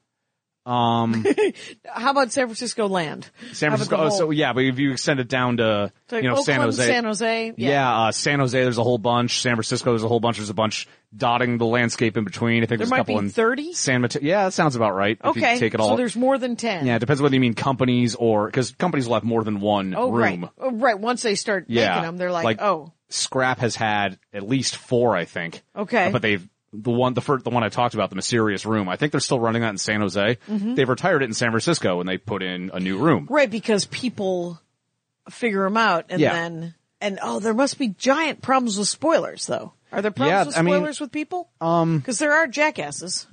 [SPEAKER 2] How about San Francisco land?
[SPEAKER 3] San
[SPEAKER 2] How about
[SPEAKER 3] Francisco.
[SPEAKER 2] the
[SPEAKER 3] Oh,
[SPEAKER 2] whole-
[SPEAKER 3] so yeah, but if you extend it down to
[SPEAKER 2] like
[SPEAKER 3] you know San
[SPEAKER 2] Oakland,
[SPEAKER 3] Jose,
[SPEAKER 2] San Jose, yeah.
[SPEAKER 3] yeah, uh, San Jose. There's a whole bunch. San Francisco. There's a whole bunch. There's a bunch dotting the landscape in between. I think there's
[SPEAKER 2] might
[SPEAKER 3] a couple
[SPEAKER 2] be
[SPEAKER 3] in
[SPEAKER 2] 30?
[SPEAKER 3] San Mateo. Yeah, that sounds about right. if you
[SPEAKER 2] okay.
[SPEAKER 3] take it all.
[SPEAKER 2] So there's more than 10.
[SPEAKER 3] yeah, it depends whether you mean companies or because companies will have more than one
[SPEAKER 2] Oh,
[SPEAKER 3] room.
[SPEAKER 2] right. Oh, right. Once they start
[SPEAKER 3] Yeah,
[SPEAKER 2] making them, they're like, oh,
[SPEAKER 3] Scrap has had at least four, I think.
[SPEAKER 2] Okay.
[SPEAKER 3] Uh, But they've the one the first the one I talked about the mysterious room. I think they're still running that in San Jose.
[SPEAKER 2] Mm-hmm.
[SPEAKER 3] They've retired it in San Francisco and they put in a new room.
[SPEAKER 2] right, because people figure them out and
[SPEAKER 3] Yeah.
[SPEAKER 2] then, and oh, there must be giant problems with spoilers though. Are there problems
[SPEAKER 3] Yeah,
[SPEAKER 2] with
[SPEAKER 3] I mean-
[SPEAKER 2] spoilers with people? Um, cause there are jackasses.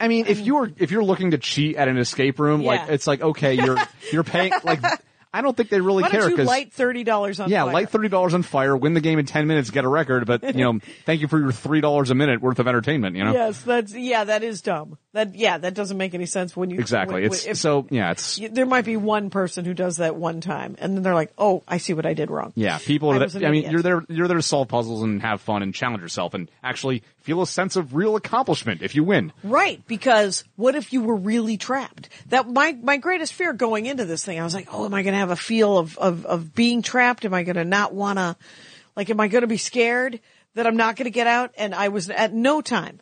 [SPEAKER 3] I mean, if you're if you're looking to cheat at an escape room, like
[SPEAKER 2] Yeah.
[SPEAKER 3] it's like okay, you're you're paying like I don't think they really
[SPEAKER 2] Why
[SPEAKER 3] care
[SPEAKER 2] don't you
[SPEAKER 3] because
[SPEAKER 2] light $30 on
[SPEAKER 3] yeah,
[SPEAKER 2] fire?
[SPEAKER 3] light thirty dollars on fire, win the game in ten minutes, get a record, but you know, thank you for your three dollars a minute worth of entertainment. You know,
[SPEAKER 2] Yes, that's, yeah, that is dumb. That, yeah, that doesn't make any sense when you,
[SPEAKER 3] exactly.
[SPEAKER 2] when-
[SPEAKER 3] it's
[SPEAKER 2] if-
[SPEAKER 3] so yeah, it's
[SPEAKER 2] you- there might be one person who does that one time and then they're like, oh, I see what I did wrong.
[SPEAKER 3] Yeah, people
[SPEAKER 2] I
[SPEAKER 3] are.
[SPEAKER 2] was
[SPEAKER 3] That,
[SPEAKER 2] an
[SPEAKER 3] I mean,
[SPEAKER 2] idiot.
[SPEAKER 3] you're there. You're there to solve puzzles and have fun and challenge yourself and actually feel a sense of real accomplishment if you win.
[SPEAKER 2] Right, because what if you were really trapped? That my my greatest fear going into this thing, I was like, oh, am I going to have a feel of of of being trapped? Am I going to not want to, like, am I going to be scared that I'm not going to get out? And I was at no time,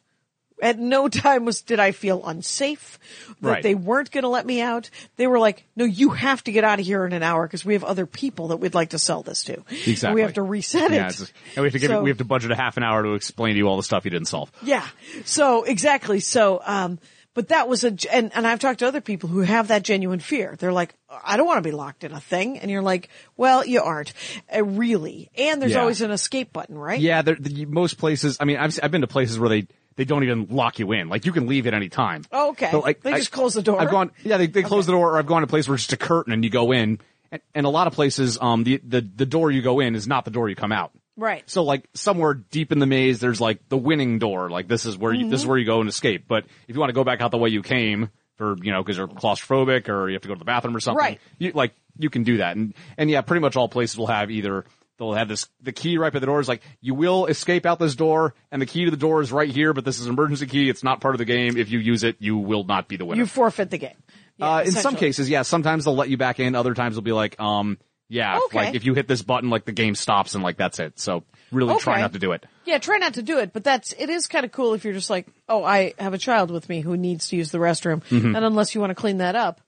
[SPEAKER 2] at no time was did I feel unsafe that
[SPEAKER 3] Right.
[SPEAKER 2] they weren't going to let me out. They were like, no, you have to get out of here in an hour because we have other people that we'd like to sell this to. And we
[SPEAKER 3] Exactly.
[SPEAKER 2] have to reset it.
[SPEAKER 3] Yeah, it's- and we have to give.
[SPEAKER 2] So-
[SPEAKER 3] we have to budget a half an hour to explain to you all the stuff you didn't solve.
[SPEAKER 2] yeah. So exactly. So, um, but that was a, ge- and, and I've talked to other people who have that genuine fear. They're like, I don't want to be locked in a thing. And you're like, well, you aren't uh, really. And there's
[SPEAKER 3] Yeah.
[SPEAKER 2] always an escape button, right?
[SPEAKER 3] Yeah, there- the, most places. I mean, I've s- I've been to places where they. They don't even lock you in. Like you can leave at any time.
[SPEAKER 2] Oh, okay.
[SPEAKER 3] But, like,
[SPEAKER 2] They
[SPEAKER 3] I-
[SPEAKER 2] just close the door?
[SPEAKER 3] I've gone. Yeah, they, they close the door, or I've gone to a place where it's just a curtain and you go in. And, and a lot of places, um, the, the the door you go in is not the door you come out.
[SPEAKER 2] Right.
[SPEAKER 3] So like somewhere deep in the maze, there's like the winning door. Like this is where you, this is where you go and escape. But if you want to go back out the way you came, for you know because you're claustrophobic or you have to go to the bathroom or something,
[SPEAKER 2] Right.
[SPEAKER 3] You like you can do that. And and yeah, pretty much all places will have either they'll have this the key right by the door is like you will escape out this door, and the key to the door is right here. But this is an emergency key. It's not part of the game. If you use it, you will not be the winner.
[SPEAKER 2] You forfeit the game. Yeah,
[SPEAKER 3] Uh, in some
[SPEAKER 2] essentially.
[SPEAKER 3] cases, yeah. Sometimes they'll let you back in. Other times they'll be like, um, yeah, if,
[SPEAKER 2] Okay.
[SPEAKER 3] like if you hit this button, like the game stops and like that's it. So really try
[SPEAKER 2] Okay.
[SPEAKER 3] not to do it.
[SPEAKER 2] Yeah, try not to do it, but that's, it is kind of cool if you're just like, oh, I have a child with me who needs to use the restroom.
[SPEAKER 3] Mm-hmm.
[SPEAKER 2] And unless you want to clean that up,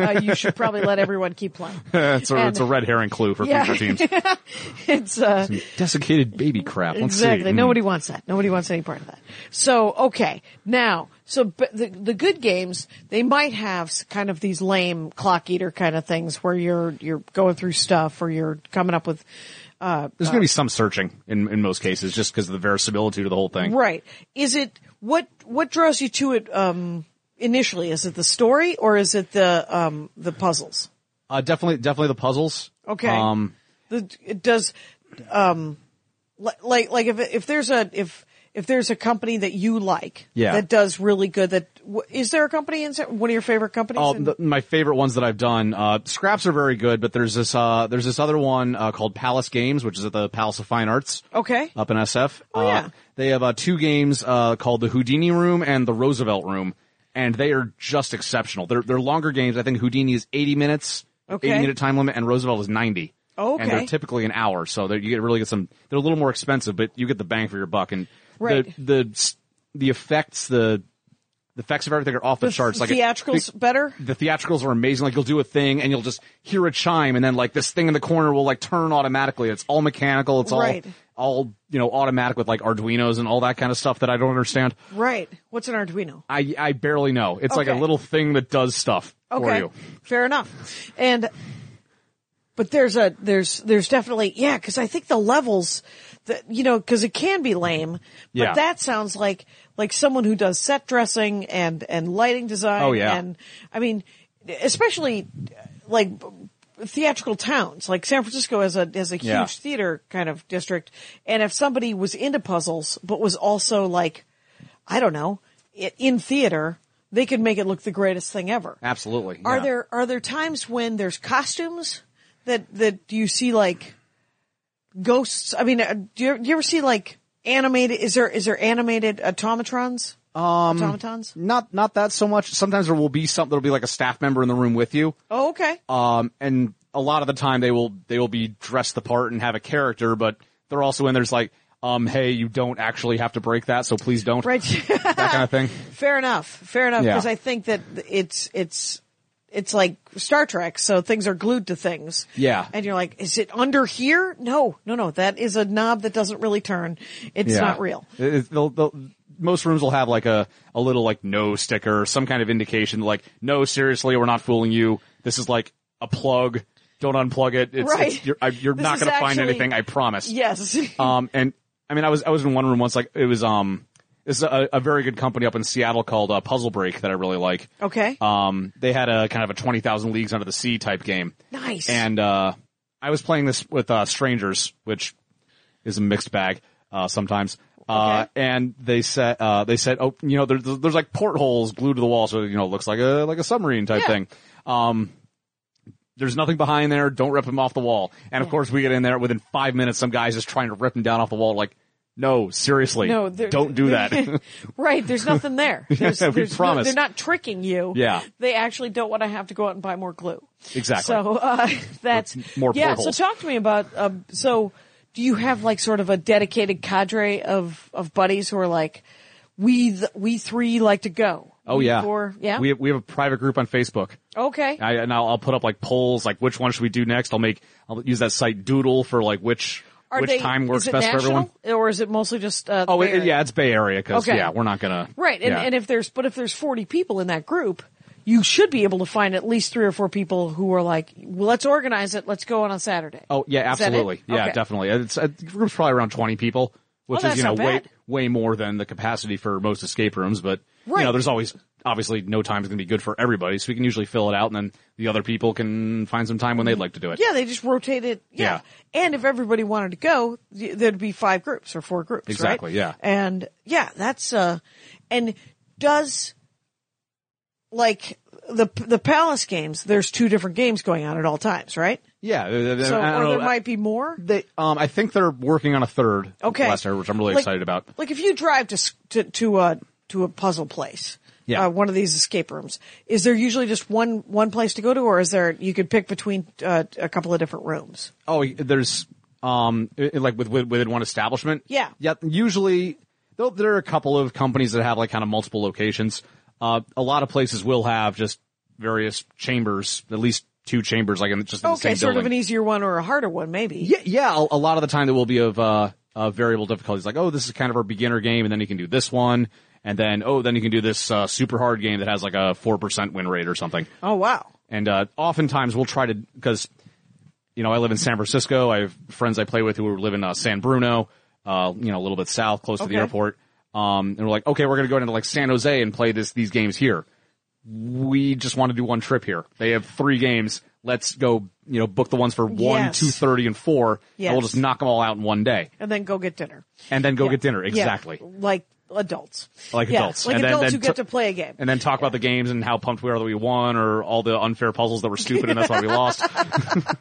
[SPEAKER 2] uh, you should probably let everyone keep playing.
[SPEAKER 3] It's a,
[SPEAKER 2] And-
[SPEAKER 3] it's a red herring clue for
[SPEAKER 2] Yeah.
[SPEAKER 3] future teams.
[SPEAKER 2] It's, uh,
[SPEAKER 3] Desiccated baby crap. Let's see.
[SPEAKER 2] exactly.
[SPEAKER 3] Mm.
[SPEAKER 2] Nobody wants that. Nobody wants any part of that. So okay, now so but the the good games they might have s- kind of these lame clock eater kind of things where you're you're going through stuff or you're coming up with uh,
[SPEAKER 3] There's going to be some searching in, in most cases just because of the verisimilitude of the whole thing.
[SPEAKER 2] right. Is it what what draws you to it um, initially? Is it the story or is it the um, the puzzles?
[SPEAKER 3] Uh, definitely, definitely the puzzles.
[SPEAKER 2] Okay.
[SPEAKER 3] Um,
[SPEAKER 2] the it does um li- like like if if there's a if if there's a company that you like
[SPEAKER 3] Yeah.
[SPEAKER 2] that does really good that wh- is there a company in San- one of your favorite companies
[SPEAKER 3] Oh,
[SPEAKER 2] in-
[SPEAKER 3] the, my favorite ones that I've done. Uh, scraps are very good, but there's this uh, there's this other one uh, called Palace Games, which is at the Palace of Fine Arts.
[SPEAKER 2] Okay.
[SPEAKER 3] Up in SF.
[SPEAKER 2] Oh,
[SPEAKER 3] uh,
[SPEAKER 2] yeah.
[SPEAKER 3] They have uh, two games uh, called the Houdini Room and the Roosevelt Room, and they are just exceptional. They're they're longer games. I think Houdini is 80 minutes,
[SPEAKER 2] Okay.
[SPEAKER 3] 80 minute time limit, and Roosevelt is 90.
[SPEAKER 2] Oh, okay.
[SPEAKER 3] And they're typically an hour, so they- you get really get some. They're a little more expensive, but you get the bang for your buck. And
[SPEAKER 2] Right.
[SPEAKER 3] the the the effects the the effects of everything are off the, charts. Like it-
[SPEAKER 2] theatricals better
[SPEAKER 3] the theatricals are amazing. Like you'll do a thing and you'll just hear a chime and then like this thing in the corner will like turn automatically. It's all mechanical. It's all,
[SPEAKER 2] Right.
[SPEAKER 3] all, you know, automatic with like Arduinos and all that kind of stuff that I don't understand.
[SPEAKER 2] right what's an arduino
[SPEAKER 3] I, I barely know. It's like a
[SPEAKER 2] Okay.
[SPEAKER 3] little thing that does stuff for
[SPEAKER 2] okay
[SPEAKER 3] you.
[SPEAKER 2] fair enough and but there's a there's there's definitely yeah because I think the levels that you know because it can be lame but
[SPEAKER 3] Yeah.
[SPEAKER 2] that sounds like like someone who does set dressing and and lighting design
[SPEAKER 3] Oh, yeah.
[SPEAKER 2] and I mean especially uh, like b- theatrical towns like San Francisco has a has a huge
[SPEAKER 3] Yeah.
[SPEAKER 2] theater kind of district and if somebody was into puzzles but was also like I don't know i- in theater they could make it look the greatest thing ever.
[SPEAKER 3] Absolutely.
[SPEAKER 2] Are
[SPEAKER 3] yeah.
[SPEAKER 2] there are there times when there's costumes that that you see like ghosts? I mean, uh, do you, do you ever see like animated? Is there is there animated automatrons? Um, automatons.
[SPEAKER 3] not not that so much? Sometimes there will be something. There'll be like a staff member in the room with you.
[SPEAKER 2] Oh, okay.
[SPEAKER 3] Um, and a lot of the time they will they will be dressed the part and have a character, but they're also in there's like, um, hey, you don't actually have to break that, so please don't.
[SPEAKER 2] right.
[SPEAKER 3] That kind of thing.
[SPEAKER 2] Fair enough. Fair enough.
[SPEAKER 3] Yeah.
[SPEAKER 2] Because I think that it's it's it's like Star Trek, so things are glued to things.
[SPEAKER 3] Yeah.
[SPEAKER 2] And you're like, is it under here? No, no, no. That is a knob that doesn't really turn. It's
[SPEAKER 3] Yeah.
[SPEAKER 2] not real.
[SPEAKER 3] It- it- they'll- they'll- most rooms will have like a, a little like no sticker or some kind of indication like, no, seriously, we're not fooling you. This is like a plug. Don't unplug it. It's,
[SPEAKER 2] Right.
[SPEAKER 3] it's, you're I, you're
[SPEAKER 2] This
[SPEAKER 3] not
[SPEAKER 2] is
[SPEAKER 3] going to find
[SPEAKER 2] actually-
[SPEAKER 3] anything. I promise.
[SPEAKER 2] Yes.
[SPEAKER 3] Um, and I mean, I was, I was in one room once, like it was, um, this is a, a very good company up in Seattle called uh, Puzzle Break that I really like.
[SPEAKER 2] okay.
[SPEAKER 3] Um, they had a kind of a 20,000 Leagues Under the Sea type game.
[SPEAKER 2] Nice.
[SPEAKER 3] And, uh, I was playing this with, uh, strangers, which is a mixed bag, uh, sometimes. Uh, and they said, uh, they said, oh, you know, there, there's like portholes glued to the wall. So, you know, it looks like a, like a submarine type
[SPEAKER 2] Yeah.
[SPEAKER 3] thing. Um, there's nothing behind there. Don't rip him off the wall. And
[SPEAKER 2] Hmm.
[SPEAKER 3] of course we get in there within five minutes. Some guy's just trying to rip him down off the wall. Like, no, seriously.
[SPEAKER 2] No, there-
[SPEAKER 3] don't do
[SPEAKER 2] there-
[SPEAKER 3] that.
[SPEAKER 2] right. There's nothing there. There's,
[SPEAKER 3] Yeah, we
[SPEAKER 2] there's no-
[SPEAKER 3] promise.
[SPEAKER 2] they're not tricking you.
[SPEAKER 3] Yeah.
[SPEAKER 2] They actually don't want to have to go out and buy more glue.
[SPEAKER 3] Exactly.
[SPEAKER 2] So uh, that's
[SPEAKER 3] More
[SPEAKER 2] Yeah.
[SPEAKER 3] portholes.
[SPEAKER 2] So talk to me about. Um, so do you have like sort of a dedicated cadre of of buddies who are like, we th- we three like to go.
[SPEAKER 3] oh yeah.
[SPEAKER 2] Or yeah.
[SPEAKER 3] We have, we have a private group on Facebook.
[SPEAKER 2] okay.
[SPEAKER 3] I, and I'll, I'll put up like polls, like which one should we do next? I'll make, I'll use that site Doodle for like which,
[SPEAKER 2] are
[SPEAKER 3] which
[SPEAKER 2] they,
[SPEAKER 3] time
[SPEAKER 2] is
[SPEAKER 3] works
[SPEAKER 2] it
[SPEAKER 3] best
[SPEAKER 2] national,
[SPEAKER 3] for everyone.
[SPEAKER 2] Or is it mostly just? Uh,
[SPEAKER 3] Oh,
[SPEAKER 2] Bay
[SPEAKER 3] it, it-
[SPEAKER 2] Area?
[SPEAKER 3] yeah, it's Bay Area because
[SPEAKER 2] Okay.
[SPEAKER 3] yeah, we're not gonna.
[SPEAKER 2] Right, and,
[SPEAKER 3] yeah.
[SPEAKER 2] and if there's, but if there's 40 people in that group, you should be able to find at least three or four people who are like, well, let's organize it. Let's go on a Saturday.
[SPEAKER 3] oh yeah,
[SPEAKER 2] Is that it?
[SPEAKER 3] absolutely, yeah,
[SPEAKER 2] Okay.
[SPEAKER 3] definitely. It's uh, the group's probably around twenty people, which
[SPEAKER 2] Oh,
[SPEAKER 3] is you know
[SPEAKER 2] that's not
[SPEAKER 3] way
[SPEAKER 2] bad.
[SPEAKER 3] way more than the capacity for most escape rooms. But you
[SPEAKER 2] Right.
[SPEAKER 3] know, there's always obviously no time is gonna be good for everybody, so we can usually fill it out, and then the other people can find some time when they'd like to do it.
[SPEAKER 2] Yeah, they just rotate it. Yeah. And if everybody wanted to go, y- there'd be five groups or four groups, right?
[SPEAKER 3] Exactly, yeah.
[SPEAKER 2] And yeah, that's, uh, and does, like, the, the palace games, there's two different games going on at all times, right?
[SPEAKER 3] yeah. uh,
[SPEAKER 2] So,
[SPEAKER 3] I don't
[SPEAKER 2] or there
[SPEAKER 3] know.
[SPEAKER 2] might be more.
[SPEAKER 3] They, um, I think they're working on a third.
[SPEAKER 2] Okay.
[SPEAKER 3] Last year, which I'm really
[SPEAKER 2] Like-
[SPEAKER 3] excited about.
[SPEAKER 2] Like if you drive to s- to to a to a puzzle place,
[SPEAKER 3] Yeah.
[SPEAKER 2] uh, one of these escape rooms, is there usually just one one place to go to, or is there you could pick between uh, a couple of different rooms?
[SPEAKER 3] Oh, there's um i- like with with- within one establishment.
[SPEAKER 2] Yeah.
[SPEAKER 3] Yeah. Usually, though, there are a couple of companies that have like kind of multiple locations. Uh, a lot of places will have just various chambers, at least two chambers, like in just in
[SPEAKER 2] Okay,
[SPEAKER 3] the same
[SPEAKER 2] sort of
[SPEAKER 3] building.
[SPEAKER 2] an e- easier one or a harder one, maybe.
[SPEAKER 3] yeah, yeah. A, a lot of the time, there will be of uh, uh variable difficulties. Like, oh, this is kind of our beginner game, and then you can do this one, and then oh, then you can do this uh, super hard game that has like a four percent win rate or something.
[SPEAKER 2] Oh wow.
[SPEAKER 3] And uh, oftentimes we'll try to because you know I live in San Francisco. I have friends I play with who live in uh, San Bruno, uh, you know, a little bit south, close to
[SPEAKER 2] Okay.
[SPEAKER 3] the airport. Um, and we're like, okay, we're going to go into like San Jose and play this these games here. We just want to do one trip here. They have three games. Let's go, you know, book the ones for one,
[SPEAKER 2] Yes.
[SPEAKER 3] two thirty, and four, and
[SPEAKER 2] Yes.
[SPEAKER 3] we'll just knock them all out in one day,
[SPEAKER 2] And then go get dinner.
[SPEAKER 3] and then go
[SPEAKER 2] Yeah.
[SPEAKER 3] get dinner.
[SPEAKER 2] Yeah.
[SPEAKER 3] Exactly.
[SPEAKER 2] Like adults.
[SPEAKER 3] Like
[SPEAKER 2] Yeah,
[SPEAKER 3] adults.
[SPEAKER 2] Like
[SPEAKER 3] And then-
[SPEAKER 2] adults
[SPEAKER 3] then
[SPEAKER 2] who
[SPEAKER 3] t-
[SPEAKER 2] get to play a game.
[SPEAKER 3] and then talk about the games and how pumped we are that we won, or all the unfair puzzles that were stupid and that's why we lost.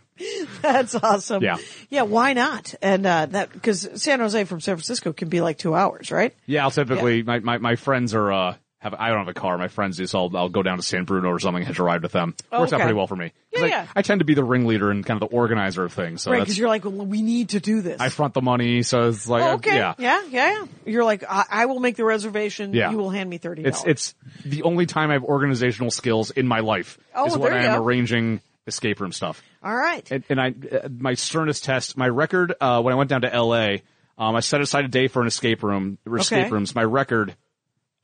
[SPEAKER 2] That's awesome.
[SPEAKER 3] Yeah.
[SPEAKER 2] Yeah, why not? And uh that because San Jose from San Francisco can be like two hours, right?
[SPEAKER 3] Yeah, I'll typically My, my my friends are uh have I don't have a car. My friends do, so I'll, I'll go down to San Bruno or something. and Hitch a ride with them.
[SPEAKER 2] Oh,
[SPEAKER 3] Works out
[SPEAKER 2] okay.
[SPEAKER 3] pretty well for me. 'Cause
[SPEAKER 2] Yeah,
[SPEAKER 3] I,
[SPEAKER 2] yeah.
[SPEAKER 3] I tend to be the ringleader and kind of the organizer of things. So
[SPEAKER 2] Right,
[SPEAKER 3] that's
[SPEAKER 2] because you're like, well, we need to do this.
[SPEAKER 3] I front the money. So it's like
[SPEAKER 2] Oh,
[SPEAKER 3] uh,
[SPEAKER 2] okay.
[SPEAKER 3] yeah.
[SPEAKER 2] yeah, yeah, yeah. You're like, I, I will make the reservation.
[SPEAKER 3] Yeah.
[SPEAKER 2] You will hand me thirty.
[SPEAKER 3] It's it's the only time I have organizational skills in my life
[SPEAKER 2] Oh,
[SPEAKER 3] is
[SPEAKER 2] well,
[SPEAKER 3] when
[SPEAKER 2] there
[SPEAKER 3] I
[SPEAKER 2] you
[SPEAKER 3] am
[SPEAKER 2] go.
[SPEAKER 3] arranging escape room stuff.
[SPEAKER 2] all right.
[SPEAKER 3] and, and I uh, my sternest test, my record uh, when I went down to L.A. Um, I set aside a day for an escape room. or
[SPEAKER 2] Okay.
[SPEAKER 3] Escape rooms. My record,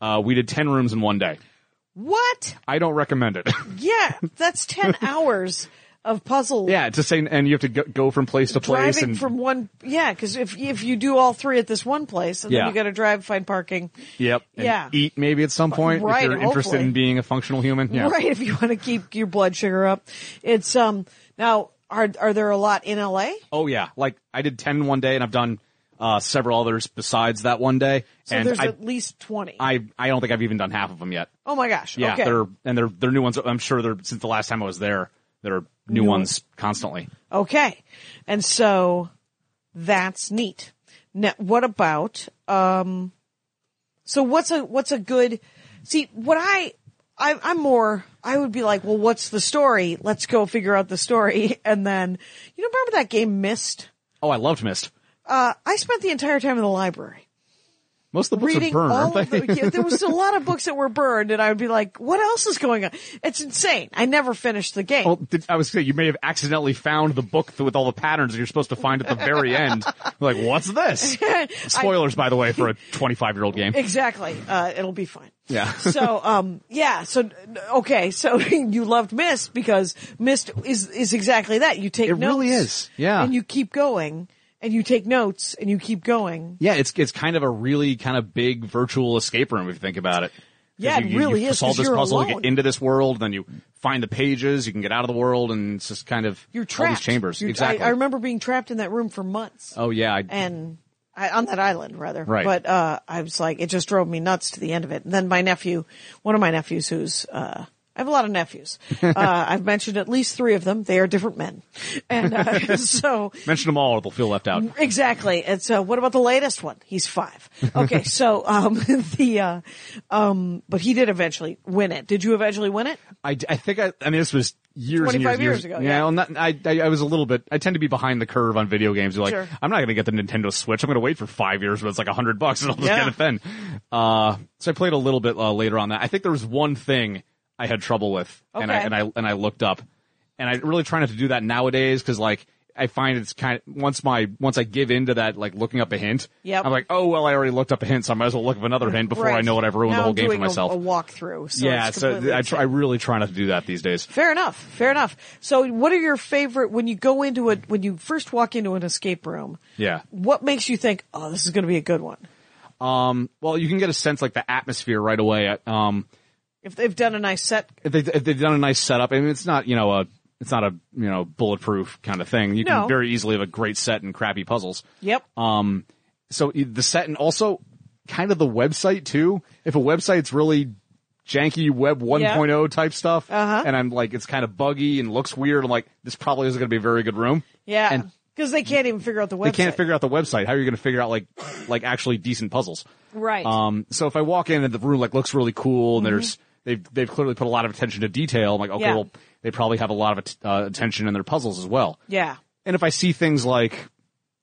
[SPEAKER 3] uh, we did ten rooms in one day.
[SPEAKER 2] what?
[SPEAKER 3] I don't recommend it.
[SPEAKER 2] Yeah, that's ten hours of puzzle.
[SPEAKER 3] Yeah, to say, and you have to go, go from place to place,
[SPEAKER 2] Driving
[SPEAKER 3] and
[SPEAKER 2] from one, yeah, because if if you do all three at this one place, and
[SPEAKER 3] Yeah.
[SPEAKER 2] then you got to drive, find parking,
[SPEAKER 3] yep, and
[SPEAKER 2] Yeah.
[SPEAKER 3] eat maybe at some point
[SPEAKER 2] Right,
[SPEAKER 3] if you're interested
[SPEAKER 2] hopefully.
[SPEAKER 3] in being a functional human. Yeah,
[SPEAKER 2] right? If you want to keep your blood sugar up, it's um now are are there a lot in L.A.
[SPEAKER 3] Oh yeah, like I did ten one day, and I've done uh, several others besides that one day.
[SPEAKER 2] So
[SPEAKER 3] and
[SPEAKER 2] there's
[SPEAKER 3] I,
[SPEAKER 2] at least 20.
[SPEAKER 3] I, I don't think I've even done half of them yet.
[SPEAKER 2] oh my gosh.
[SPEAKER 3] Yeah,
[SPEAKER 2] okay.
[SPEAKER 3] they're and they're they're new ones. I'm sure they're since the last time I was there, there are new, ones constantly.
[SPEAKER 2] Okay. And so that's neat. Now, what about, um, so what's a, what's a good, see, what I, I, I'm more, I would be like, well, what's the story? Let's go figure out the story. And then, you know, remember that game Mist?
[SPEAKER 3] Oh, I loved Mist.
[SPEAKER 2] Uh, I spent the entire time in the library
[SPEAKER 3] Most of the books are
[SPEAKER 2] reading
[SPEAKER 3] burned, aren't
[SPEAKER 2] all
[SPEAKER 3] they?
[SPEAKER 2] of the, yeah, there was a lot of books that were burned and I would be like, what else is going on? It's insane. I never finished the game.
[SPEAKER 3] Well, Oh, did, I was saying you may have accidentally found the book with all the patterns that you're supposed to find at the very end. like, what's this? Spoilers, by the way, for a 25 year old game.
[SPEAKER 2] Exactly. Uh, it'll be fine.
[SPEAKER 3] Yeah.
[SPEAKER 2] so, um, yeah. So, okay. So you loved Mist because Mist is, is exactly that. You take
[SPEAKER 3] It
[SPEAKER 2] notes.
[SPEAKER 3] really is. Yeah.
[SPEAKER 2] And you keep going and you take notes and you keep going.
[SPEAKER 3] Yeah, it's it's kind of a really kind of big virtual escape room if you think about it. 'Cause
[SPEAKER 2] Yeah,
[SPEAKER 3] you,
[SPEAKER 2] it
[SPEAKER 3] you-
[SPEAKER 2] really
[SPEAKER 3] you
[SPEAKER 2] is,
[SPEAKER 3] Solve
[SPEAKER 2] 'cause
[SPEAKER 3] this
[SPEAKER 2] you're
[SPEAKER 3] puzzle, you
[SPEAKER 2] alone.
[SPEAKER 3] get into this world, then you find the pages, you can get out of the world, and it's just kind of
[SPEAKER 2] You're trapped.
[SPEAKER 3] all these chambers.
[SPEAKER 2] You're-
[SPEAKER 3] exactly.
[SPEAKER 2] I, I remember being trapped in that room for months
[SPEAKER 3] oh yeah, I,
[SPEAKER 2] and I, on that island rather.
[SPEAKER 3] Right.
[SPEAKER 2] But, uh, I was like, it just drove me nuts to the end of it. And then my nephew, one of my nephews who's, uh, I have a lot of nephews. Uh, I've mentioned at least three of them. They are different men. And, uh, so,
[SPEAKER 3] mention them all, or they'll feel left out.
[SPEAKER 2] Exactly. And so what about the latest one? He's five. Okay. so, um, the, uh, um, but he did eventually win it. Did you eventually win it?
[SPEAKER 3] I, I think I, I mean this was years and
[SPEAKER 2] 25
[SPEAKER 3] years, and
[SPEAKER 2] years ago, yeah.
[SPEAKER 3] well, not- I, I I was a little bit. I tend to be behind the curve on video games. You're like,
[SPEAKER 2] Sure.
[SPEAKER 3] I'm not going to get the Nintendo Switch. I'm going to wait for five years when it's like a hundred bucks, and I'll just
[SPEAKER 2] Yeah.
[SPEAKER 3] get it then. Uh, so I played a little bit uh, later on that. I think there was one thing I had trouble with, and I
[SPEAKER 2] Okay.
[SPEAKER 3] and I and I looked up, and I really try not to do that nowadays because like. I find it's kind of once my once I give into that like looking up a hint,
[SPEAKER 2] Yep.
[SPEAKER 3] I'm like, oh well, I already looked up a hint, so I might as well look up another hint before I know what I've ruined
[SPEAKER 2] Now
[SPEAKER 3] the whole
[SPEAKER 2] I'm
[SPEAKER 3] game
[SPEAKER 2] doing
[SPEAKER 3] for
[SPEAKER 2] a-
[SPEAKER 3] myself.
[SPEAKER 2] A, walkthrough. So
[SPEAKER 3] yeah,
[SPEAKER 2] it's
[SPEAKER 3] so
[SPEAKER 2] completely
[SPEAKER 3] I, try, I really try not to do that these days.
[SPEAKER 2] Fair enough. Fair enough. So what are your favorite, when you go into it, when you first walk into an escape room,
[SPEAKER 3] Yeah.
[SPEAKER 2] what makes you think, oh, this is going to be a good one?
[SPEAKER 3] Um, well, you can get a sense like the atmosphere right away. Um,
[SPEAKER 2] If they've done a nice set,
[SPEAKER 3] if, they, if they've done a nice setup, I mean, it's not you know a it's not a you know bulletproof kind of thing. You
[SPEAKER 2] No.
[SPEAKER 3] can very easily have a great set and crappy puzzles.
[SPEAKER 2] yep.
[SPEAKER 3] Um, so e- the set and also kind of the website too. If a website's really janky web 1.0 type stuff,
[SPEAKER 2] Uh-huh.
[SPEAKER 3] and I'm like it's kind of buggy and looks weird, I'm like this probably isn't going to be a very good room.
[SPEAKER 2] yeah.
[SPEAKER 3] and-
[SPEAKER 2] Because they can't even figure out the website.
[SPEAKER 3] They can't figure out the website. How are you going to figure out like like actually decent puzzles?
[SPEAKER 2] Right.
[SPEAKER 3] Um, so if I walk in and the room like looks really cool and there's they've they've clearly put a lot of attention to detail. I'm like, okay,
[SPEAKER 2] Yeah.
[SPEAKER 3] well they probably have a lot of at- uh, attention in their puzzles as well.
[SPEAKER 2] yeah.
[SPEAKER 3] And if I see things like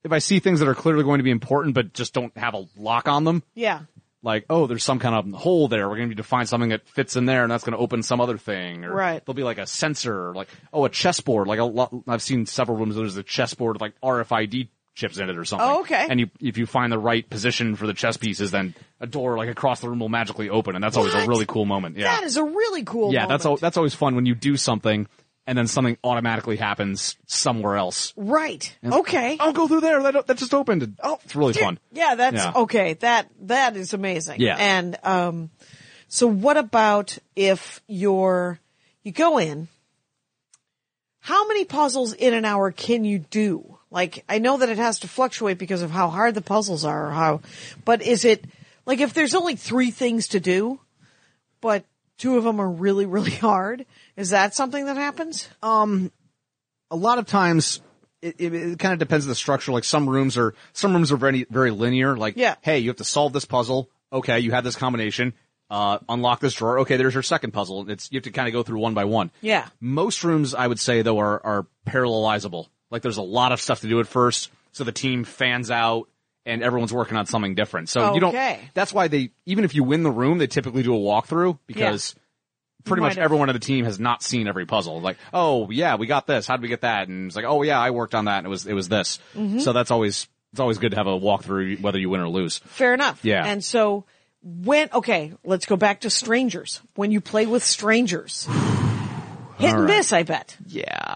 [SPEAKER 3] if I see things that are clearly going to be important but just don't have a lock on them,
[SPEAKER 2] Yeah.
[SPEAKER 3] like oh, there's some kind of hole there. We're going to need to find something that fits in there and that's going to open some other thing. Or
[SPEAKER 2] Right.
[SPEAKER 3] There'll be like a sensor, or like oh, a chessboard. Like a lot, I've seen several rooms. Where there's a chessboard with like RFID chips in it or something.
[SPEAKER 2] Oh, okay.
[SPEAKER 3] And you, if you find the right position for the chess pieces, then a door like across the room will magically open, and that's always
[SPEAKER 2] What?
[SPEAKER 3] a really cool moment. Yeah.
[SPEAKER 2] That is a really cool.
[SPEAKER 3] yeah, that's al-
[SPEAKER 2] moment.
[SPEAKER 3] that's always fun when you do something and then something automatically happens somewhere else.
[SPEAKER 2] right. Okay.
[SPEAKER 3] I'll go through there. That that just opened. Oh, it's really fun.
[SPEAKER 2] Yeah, that's
[SPEAKER 3] Yeah.
[SPEAKER 2] okay. That that is amazing.
[SPEAKER 3] Yeah.
[SPEAKER 2] And um, so what about if you're you go in? How many puzzles in an hour can you do? Like I know that it has to fluctuate because of how hard the puzzles are, or how, but is it like if there's only three things to do, but two of them are really really hard? Is that something that happens?
[SPEAKER 3] a lot of times it, it, it kind of depends on the structure. Like some rooms are some rooms are very very linear. Like
[SPEAKER 2] Yeah.
[SPEAKER 3] hey, you have to solve this puzzle. Okay, you have this combination. Uh, unlock this drawer. Okay, there's your second puzzle. It's you have to kind of go through one by one.
[SPEAKER 2] Yeah.
[SPEAKER 3] Most rooms, I would say though, are are parallelizable. Like there's a lot of stuff to do at first, so the team fans out and everyone's working on something different. So you don't.
[SPEAKER 2] Okay.
[SPEAKER 3] That's why they even if you win the room, they typically do a walkthrough because pretty
[SPEAKER 2] might
[SPEAKER 3] much
[SPEAKER 2] have-
[SPEAKER 3] everyone on the team has not seen every puzzle. Like, oh yeah, we got this. How did we get that? And it's like, oh yeah, I worked on that, and it was it was this. So that's always it's always good to have a walkthrough, whether you win or lose.
[SPEAKER 2] Fair enough.
[SPEAKER 3] Yeah.
[SPEAKER 2] And so when okay, let's go back to strangers. When you play with strangers. Hit and
[SPEAKER 3] All right.
[SPEAKER 2] miss, I bet.
[SPEAKER 3] Yeah,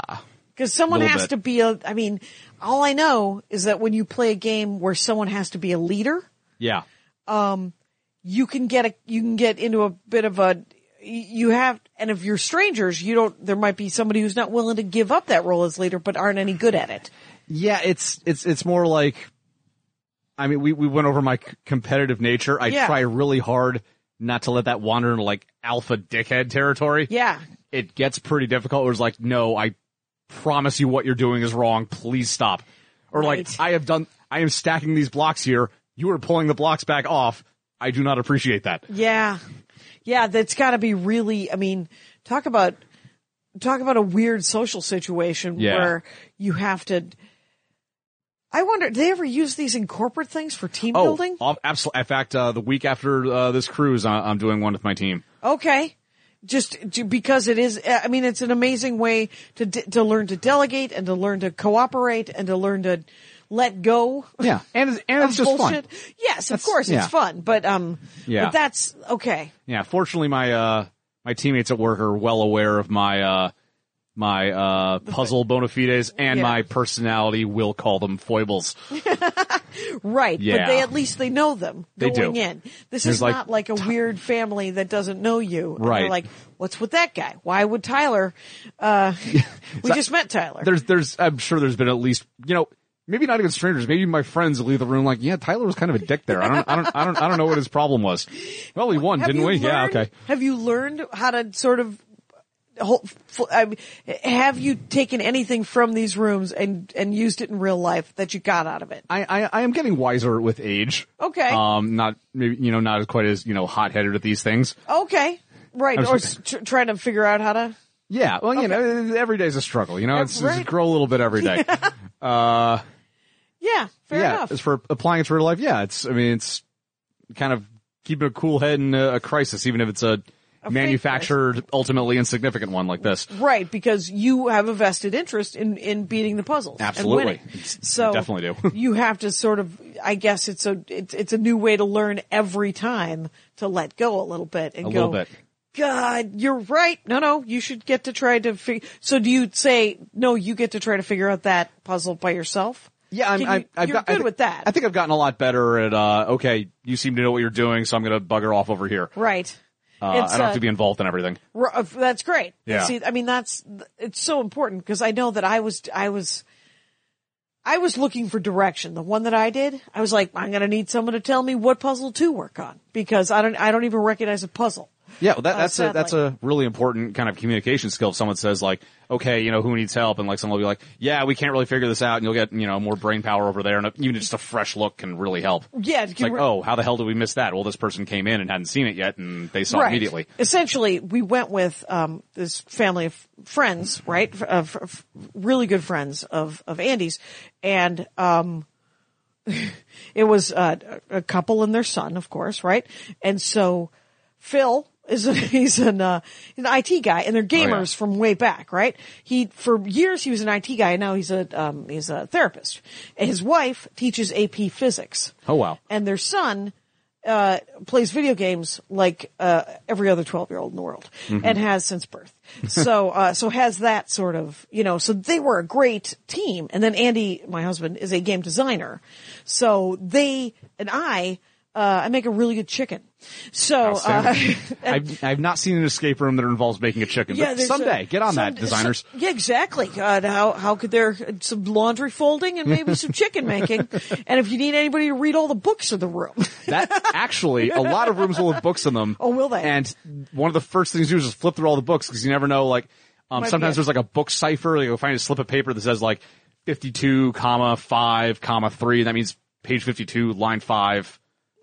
[SPEAKER 2] Because someone
[SPEAKER 3] Little
[SPEAKER 2] has
[SPEAKER 3] bit.
[SPEAKER 2] to be a I mean, all I know is that when you play a game where someone has to be a leader,
[SPEAKER 3] yeah,
[SPEAKER 2] you can get a you can get into a bit of a you have and if you're strangers, you don't there might be somebody who's not willing to give up that role as leader but aren't any good at it.
[SPEAKER 3] yeah. It's it's it's more like I mean, we, we went over my c- competitive nature. I
[SPEAKER 2] Yeah.
[SPEAKER 3] try really hard not to let that wander into like alpha dickhead territory.
[SPEAKER 2] Yeah.
[SPEAKER 3] It gets pretty difficult. Where it's like, no, I promise you what you're doing is wrong. Please stop. Or
[SPEAKER 2] Right.
[SPEAKER 3] like, I have done, I am stacking these blocks here. You are pulling the blocks back off. I do not appreciate that.
[SPEAKER 2] Yeah. Yeah, that's gotta be really, I mean, talk about, talk about a weird social situation
[SPEAKER 3] Yeah.
[SPEAKER 2] where you have to, I wonder, do they ever use these in corporate things for team building?
[SPEAKER 3] Oh, absolutely. In fact, uh, the week after uh, this cruise, I- I'm doing one with my team.
[SPEAKER 2] Okay. Just j- because it is, uh, I mean, it's an amazing way to, d- to learn to delegate and to learn to cooperate and to learn to let go.
[SPEAKER 3] Yeah, and it's- and
[SPEAKER 2] of
[SPEAKER 3] it's just fun.
[SPEAKER 2] bullshit. Yes, of course
[SPEAKER 3] yeah.
[SPEAKER 2] it's fun, but, um,
[SPEAKER 3] Yeah.
[SPEAKER 2] but that's okay.
[SPEAKER 3] Yeah, fortunately, my uh, my teammates at work are well aware of my uh, my uh, puzzle bona fides and
[SPEAKER 2] Yeah.
[SPEAKER 3] my personality. Will call them foibles.
[SPEAKER 2] Right. But
[SPEAKER 3] Yeah.
[SPEAKER 2] they at least they know them
[SPEAKER 3] They
[SPEAKER 2] going
[SPEAKER 3] do.
[SPEAKER 2] in. This
[SPEAKER 3] There's
[SPEAKER 2] is
[SPEAKER 3] like-
[SPEAKER 2] not like a weird family that doesn't know you. And they're
[SPEAKER 3] Right.
[SPEAKER 2] like, what's with that guy? Why would Tyler, uh, we just met Tyler.
[SPEAKER 3] There's there's I'm sure there's been at least you know maybe not even strangers. Maybe my friends leave the room like yeah, Tyler was kind of a dick there. I don't I don't I don't I don't know what his problem was. Well, we won,
[SPEAKER 2] Have
[SPEAKER 3] didn't
[SPEAKER 2] you
[SPEAKER 3] we? yeah,
[SPEAKER 2] learned-
[SPEAKER 3] okay.
[SPEAKER 2] Have you learned how to sort of hol- f- I mean, have you taken anything from these rooms and, and used it in real life that you got out of it?
[SPEAKER 3] I, I, I am getting wiser with age.
[SPEAKER 2] Okay.
[SPEAKER 3] Um, not maybe you know not as quite as you know hot headed at these things.
[SPEAKER 2] Okay. Right.
[SPEAKER 3] I'm
[SPEAKER 2] Or
[SPEAKER 3] sorry.
[SPEAKER 2] s- tr- trying to figure out how to.
[SPEAKER 3] Yeah. Well, you know, every day's a struggle. You know, it's, it's
[SPEAKER 2] right.
[SPEAKER 3] grow a little bit every day.
[SPEAKER 2] Yeah. Fair
[SPEAKER 3] yeah.
[SPEAKER 2] enough.
[SPEAKER 3] As for applying it to real life, yeah, it's I mean it's kind of keeping a cool head in a, a crisis, even if it's a,
[SPEAKER 2] fake
[SPEAKER 3] manufactured, ultimately insignificant one like this.
[SPEAKER 2] Right, because you have a vested interest in in beating the puzzles. and
[SPEAKER 3] Absolutely.
[SPEAKER 2] winning.
[SPEAKER 3] It's-
[SPEAKER 2] So
[SPEAKER 3] definitely do.
[SPEAKER 2] you have to sort of I guess it's a it's it's a new way to learn every time to let go a little bit and
[SPEAKER 3] A
[SPEAKER 2] go
[SPEAKER 3] little bit.
[SPEAKER 2] God, you're right. No, no, you should get to try to figure. So do you say no? You get to try to figure out that puzzle by yourself.
[SPEAKER 3] Yeah, I'm,
[SPEAKER 2] Can
[SPEAKER 3] I,
[SPEAKER 2] you-
[SPEAKER 3] I've
[SPEAKER 2] you're
[SPEAKER 3] got,
[SPEAKER 2] good
[SPEAKER 3] I thi-
[SPEAKER 2] with that,
[SPEAKER 3] I think I've gotten a lot better at uh, okay, you seem to know what you're doing, so I'm going to bugger off over here.
[SPEAKER 2] right?
[SPEAKER 3] Uh,
[SPEAKER 2] It's,
[SPEAKER 3] I don't
[SPEAKER 2] uh,
[SPEAKER 3] have to be involved in everything.
[SPEAKER 2] Ru- uh, That's great.
[SPEAKER 3] Yeah.
[SPEAKER 2] See, I mean, that's, it's so important because I know that I was, I was, I was looking for direction. The one that I did, I was like, I'm going to need someone to tell me what puzzle to work on because I don't, I don't even recognize a puzzle.
[SPEAKER 3] Yeah, well, that,
[SPEAKER 2] Uh,
[SPEAKER 3] that's a, that's a really important kind of communication skill. If someone says like, okay, you know, who needs help? And like someone will be like, yeah, we can't really figure this out. And you'll get, you know, more brain power over there. And even just a fresh look can really help.
[SPEAKER 2] Yeah.
[SPEAKER 3] It's like, oh, how the hell did we miss that? Well, this person came in and hadn't seen it yet and they saw it
[SPEAKER 2] right.
[SPEAKER 3] immediately.
[SPEAKER 2] Essentially, we went with, um, this family of friends, right? F- Of, of really good friends of, of Andy's and, um, it was uh, a couple and their son, of course, right? And so Phil is a, he's an uh, an IT guy, and they're
[SPEAKER 3] Oh,
[SPEAKER 2] gamers from way back, right? He for years he was an IT guy, and now he's a um, he's a therapist. And his wife teaches AP Physics.
[SPEAKER 3] Oh, wow.
[SPEAKER 2] And their son. Uh, plays video games like uh, every other twelve year old in the world,
[SPEAKER 3] Mm-hmm.
[SPEAKER 2] and has since birth. So, uh, so has that sort of you know. So they were a great team, and then Andy, my husband, is a game designer. So they and I, uh, I make a really good chicken. So uh,
[SPEAKER 3] Outstanding. I've, I've not seen an escape room that involves making a chicken. but
[SPEAKER 2] there's
[SPEAKER 3] someday,
[SPEAKER 2] a-
[SPEAKER 3] get on that,
[SPEAKER 2] some-
[SPEAKER 3] designers.
[SPEAKER 2] some- yeah, exactly. God, how how could there some laundry folding and maybe some chicken making? And if you need anybody to read all the books in the room,
[SPEAKER 3] that actually, a lot of rooms will have books in them.
[SPEAKER 2] Oh, will they?
[SPEAKER 3] And one of the first things you do is just flip through all the books because you never know. Like, um,
[SPEAKER 2] Might be
[SPEAKER 3] sometimes
[SPEAKER 2] it.
[SPEAKER 3] there's like a book cipher. You'll find a slip of paper that says like 52 comma 5 comma 3. That means page 52, line 5,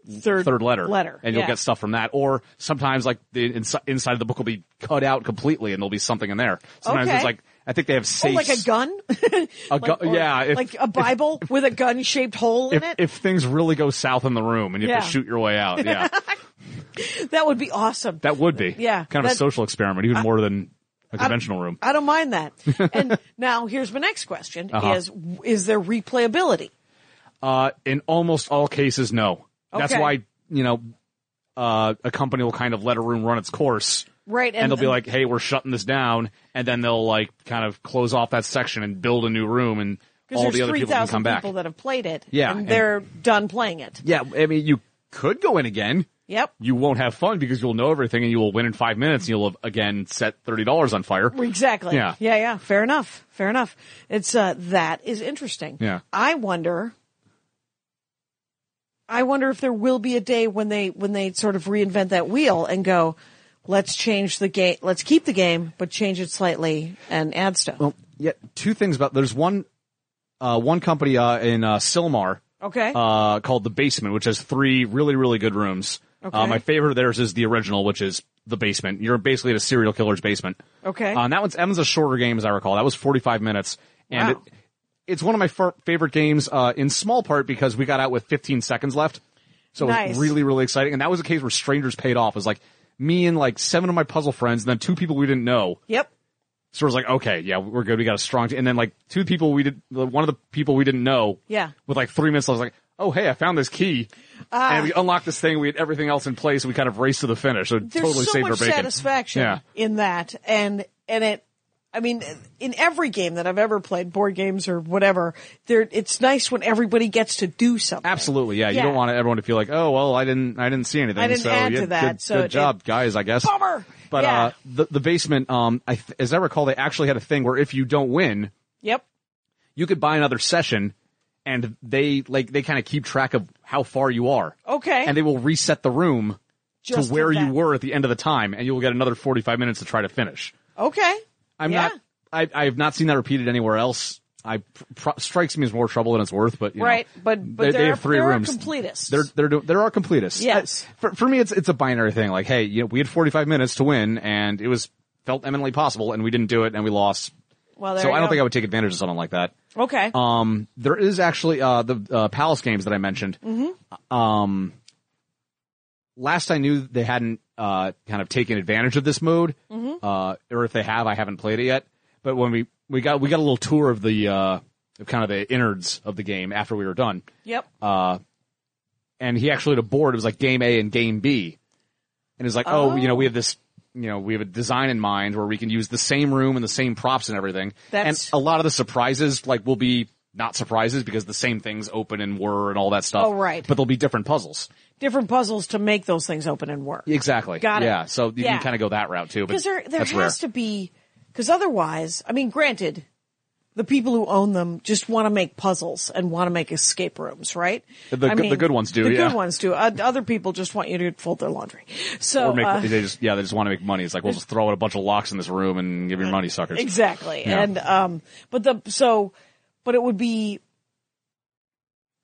[SPEAKER 2] third
[SPEAKER 3] third letter.
[SPEAKER 2] letter,
[SPEAKER 3] And you'll
[SPEAKER 2] yeah.
[SPEAKER 3] get stuff from that. Or sometimes like the ins- inside of the book will be cut out completely and there'll be something in there. Sometimes
[SPEAKER 2] Okay.
[SPEAKER 3] it's like, I think they have
[SPEAKER 2] Oh,
[SPEAKER 3] safes.
[SPEAKER 2] like a gun?
[SPEAKER 3] A gun-
[SPEAKER 2] or-
[SPEAKER 3] yeah, if-
[SPEAKER 2] like a Bible with a gun shaped hole in
[SPEAKER 3] If,
[SPEAKER 2] it.
[SPEAKER 3] if things really go south in the room and you have
[SPEAKER 2] Yeah.
[SPEAKER 3] to shoot your way out. Yeah.
[SPEAKER 2] that would be awesome.
[SPEAKER 3] that would be.
[SPEAKER 2] Yeah,
[SPEAKER 3] Kind of
[SPEAKER 2] that-
[SPEAKER 3] a social experiment, even more than a conventional room.
[SPEAKER 2] I don't mind that. And now here's my next question:
[SPEAKER 3] Uh-huh.
[SPEAKER 2] is is there replayability?
[SPEAKER 3] Uh, in almost all cases, no. That's
[SPEAKER 2] Okay.
[SPEAKER 3] why you know uh, a company will kind of let a room run its course,
[SPEAKER 2] Right,
[SPEAKER 3] And,
[SPEAKER 2] and-
[SPEAKER 3] they'll be like, "Hey, we're shutting this down," and then they'll like kind of close off that section and build a new room, and all
[SPEAKER 2] there's
[SPEAKER 3] the other
[SPEAKER 2] three
[SPEAKER 3] people can
[SPEAKER 2] thousand
[SPEAKER 3] come back.
[SPEAKER 2] people that have played it.
[SPEAKER 3] Yeah,
[SPEAKER 2] and
[SPEAKER 3] and-
[SPEAKER 2] they're done playing it.
[SPEAKER 3] yeah, I mean, you could go in again.
[SPEAKER 2] Yep.
[SPEAKER 3] You won't have fun because you'll know everything, and you will win in five minutes. and You'll have again set thirty dollars on fire.
[SPEAKER 2] Exactly.
[SPEAKER 3] Yeah.
[SPEAKER 2] Yeah. Yeah. Fair enough. Fair enough. It's uh, that is interesting.
[SPEAKER 3] Yeah.
[SPEAKER 2] I wonder I wonder if there will be a day when they when they sort of reinvent that wheel and go, let's change the game, let's keep the game, but change it slightly and add stuff.
[SPEAKER 3] Well, yeah, two things about there's one uh, one company uh, in uh, Silmar
[SPEAKER 2] okay.
[SPEAKER 3] uh, called the Basement, which has three really really good rooms. Uh,
[SPEAKER 2] Okay.
[SPEAKER 3] my favorite of theirs is the original, which is the basement. You're basically at a serial killer's basement.
[SPEAKER 2] okay.
[SPEAKER 3] Uh, and that one's that one's a shorter game, as I recall. That was 45 minutes, and
[SPEAKER 2] Wow.
[SPEAKER 3] it, it's one of my fir- favorite games uh, in small part because we got out with 15 seconds left, so it
[SPEAKER 2] Nice.
[SPEAKER 3] was really really exciting. And that was a case where strangers paid off. It was like me and like seven of my puzzle friends, and then two people we didn't know.
[SPEAKER 2] yep.
[SPEAKER 3] So it was like, okay, yeah, we're good. We got a strong team. And then like two people we did, one of the people we didn't know.
[SPEAKER 2] Yeah.
[SPEAKER 3] With like three minutes, left, I was like, oh hey, I found this key.
[SPEAKER 2] Ah.
[SPEAKER 3] and we unlocked this thing. We had everything else in place. And we kind of raced to the finish. So it
[SPEAKER 2] There's
[SPEAKER 3] totally
[SPEAKER 2] so
[SPEAKER 3] saved
[SPEAKER 2] much
[SPEAKER 3] our bacon.
[SPEAKER 2] satisfaction
[SPEAKER 3] Yeah.
[SPEAKER 2] in that, and and it. I mean, in every game that I've ever played, board games or whatever, there it's nice when everybody gets to do something.
[SPEAKER 3] Absolutely, yeah. You
[SPEAKER 2] Yeah.
[SPEAKER 3] don't want everyone to feel like, oh, well, I didn't, I didn't see anything.
[SPEAKER 2] I didn't
[SPEAKER 3] so,
[SPEAKER 2] add
[SPEAKER 3] yeah,
[SPEAKER 2] to that,
[SPEAKER 3] Good,
[SPEAKER 2] so
[SPEAKER 3] good
[SPEAKER 2] it-
[SPEAKER 3] job, guys. I guess.
[SPEAKER 2] Bummer!
[SPEAKER 3] But
[SPEAKER 2] Yeah.
[SPEAKER 3] uh, the the basement, um, I, th- as I recall, they actually had a thing where if you don't win,
[SPEAKER 2] Yep.
[SPEAKER 3] you could buy another session, and they like they kind of keep track of how far you are.
[SPEAKER 2] Okay.
[SPEAKER 3] And they will reset the room
[SPEAKER 2] Just
[SPEAKER 3] to where
[SPEAKER 2] for
[SPEAKER 3] you
[SPEAKER 2] that.
[SPEAKER 3] were at the end of the time, and you will get another forty five minutes to try to finish.
[SPEAKER 2] Okay.
[SPEAKER 3] I'm
[SPEAKER 2] Yeah.
[SPEAKER 3] not. I I have not seen that repeated anywhere else. I pro- strikes me as more trouble than it's worth, but you know,
[SPEAKER 2] Right, but- but there
[SPEAKER 3] they, they
[SPEAKER 2] are-
[SPEAKER 3] have three
[SPEAKER 2] there are
[SPEAKER 3] rooms.
[SPEAKER 2] completists.
[SPEAKER 3] They're they're do- there are completists.
[SPEAKER 2] Yes.
[SPEAKER 3] I- for for me, it's it's a binary thing. Like, hey, you know, we had forty five minutes to win, and it was felt eminently possible, and we didn't do it, and we lost.
[SPEAKER 2] Well, there
[SPEAKER 3] So
[SPEAKER 2] you
[SPEAKER 3] I don't
[SPEAKER 2] go.
[SPEAKER 3] think I would take advantage of something like that.
[SPEAKER 2] Okay.
[SPEAKER 3] Um, there is actually uh, the uh, Palace games that I mentioned. Um, last I knew, they hadn't uh, kind of taken advantage of this mode, uh, or if they have, I haven't played it yet. But when we we got we got a little tour of the uh, of kind of the innards of the game after we were done,
[SPEAKER 2] yep.
[SPEAKER 3] Uh, and he actually had a board. It was like game A and game B, and it's like, oh. you know, we have this, you know, we have a design in mind where we can use the same room and the same props and everything.
[SPEAKER 2] That's-
[SPEAKER 3] and a lot of the surprises like will be not surprises because the same things open and were and all that stuff.
[SPEAKER 2] Oh, right.
[SPEAKER 3] But they'll be different puzzles.
[SPEAKER 2] Different puzzles to make those things open and work.
[SPEAKER 3] Exactly.
[SPEAKER 2] Got it.
[SPEAKER 3] Yeah. So you
[SPEAKER 2] Yeah.
[SPEAKER 3] can kind of go that route too. But
[SPEAKER 2] Because there, there
[SPEAKER 3] that's
[SPEAKER 2] has to
[SPEAKER 3] rare.
[SPEAKER 2] be, because otherwise, I mean, granted, the people who own them just want to make puzzles and want to make escape rooms, right?
[SPEAKER 3] The-
[SPEAKER 2] I
[SPEAKER 3] the good ones do,
[SPEAKER 2] The
[SPEAKER 3] yeah.
[SPEAKER 2] good ones do. Uh, other people just want you to fold their laundry. So
[SPEAKER 3] Or make,
[SPEAKER 2] uh,
[SPEAKER 3] they just, yeah, they just want to make money. It's like, we'll just throw in a bunch of locks in this room and give your money, suckers.
[SPEAKER 2] exactly,
[SPEAKER 3] Yeah.
[SPEAKER 2] and um, but the so, but it would be,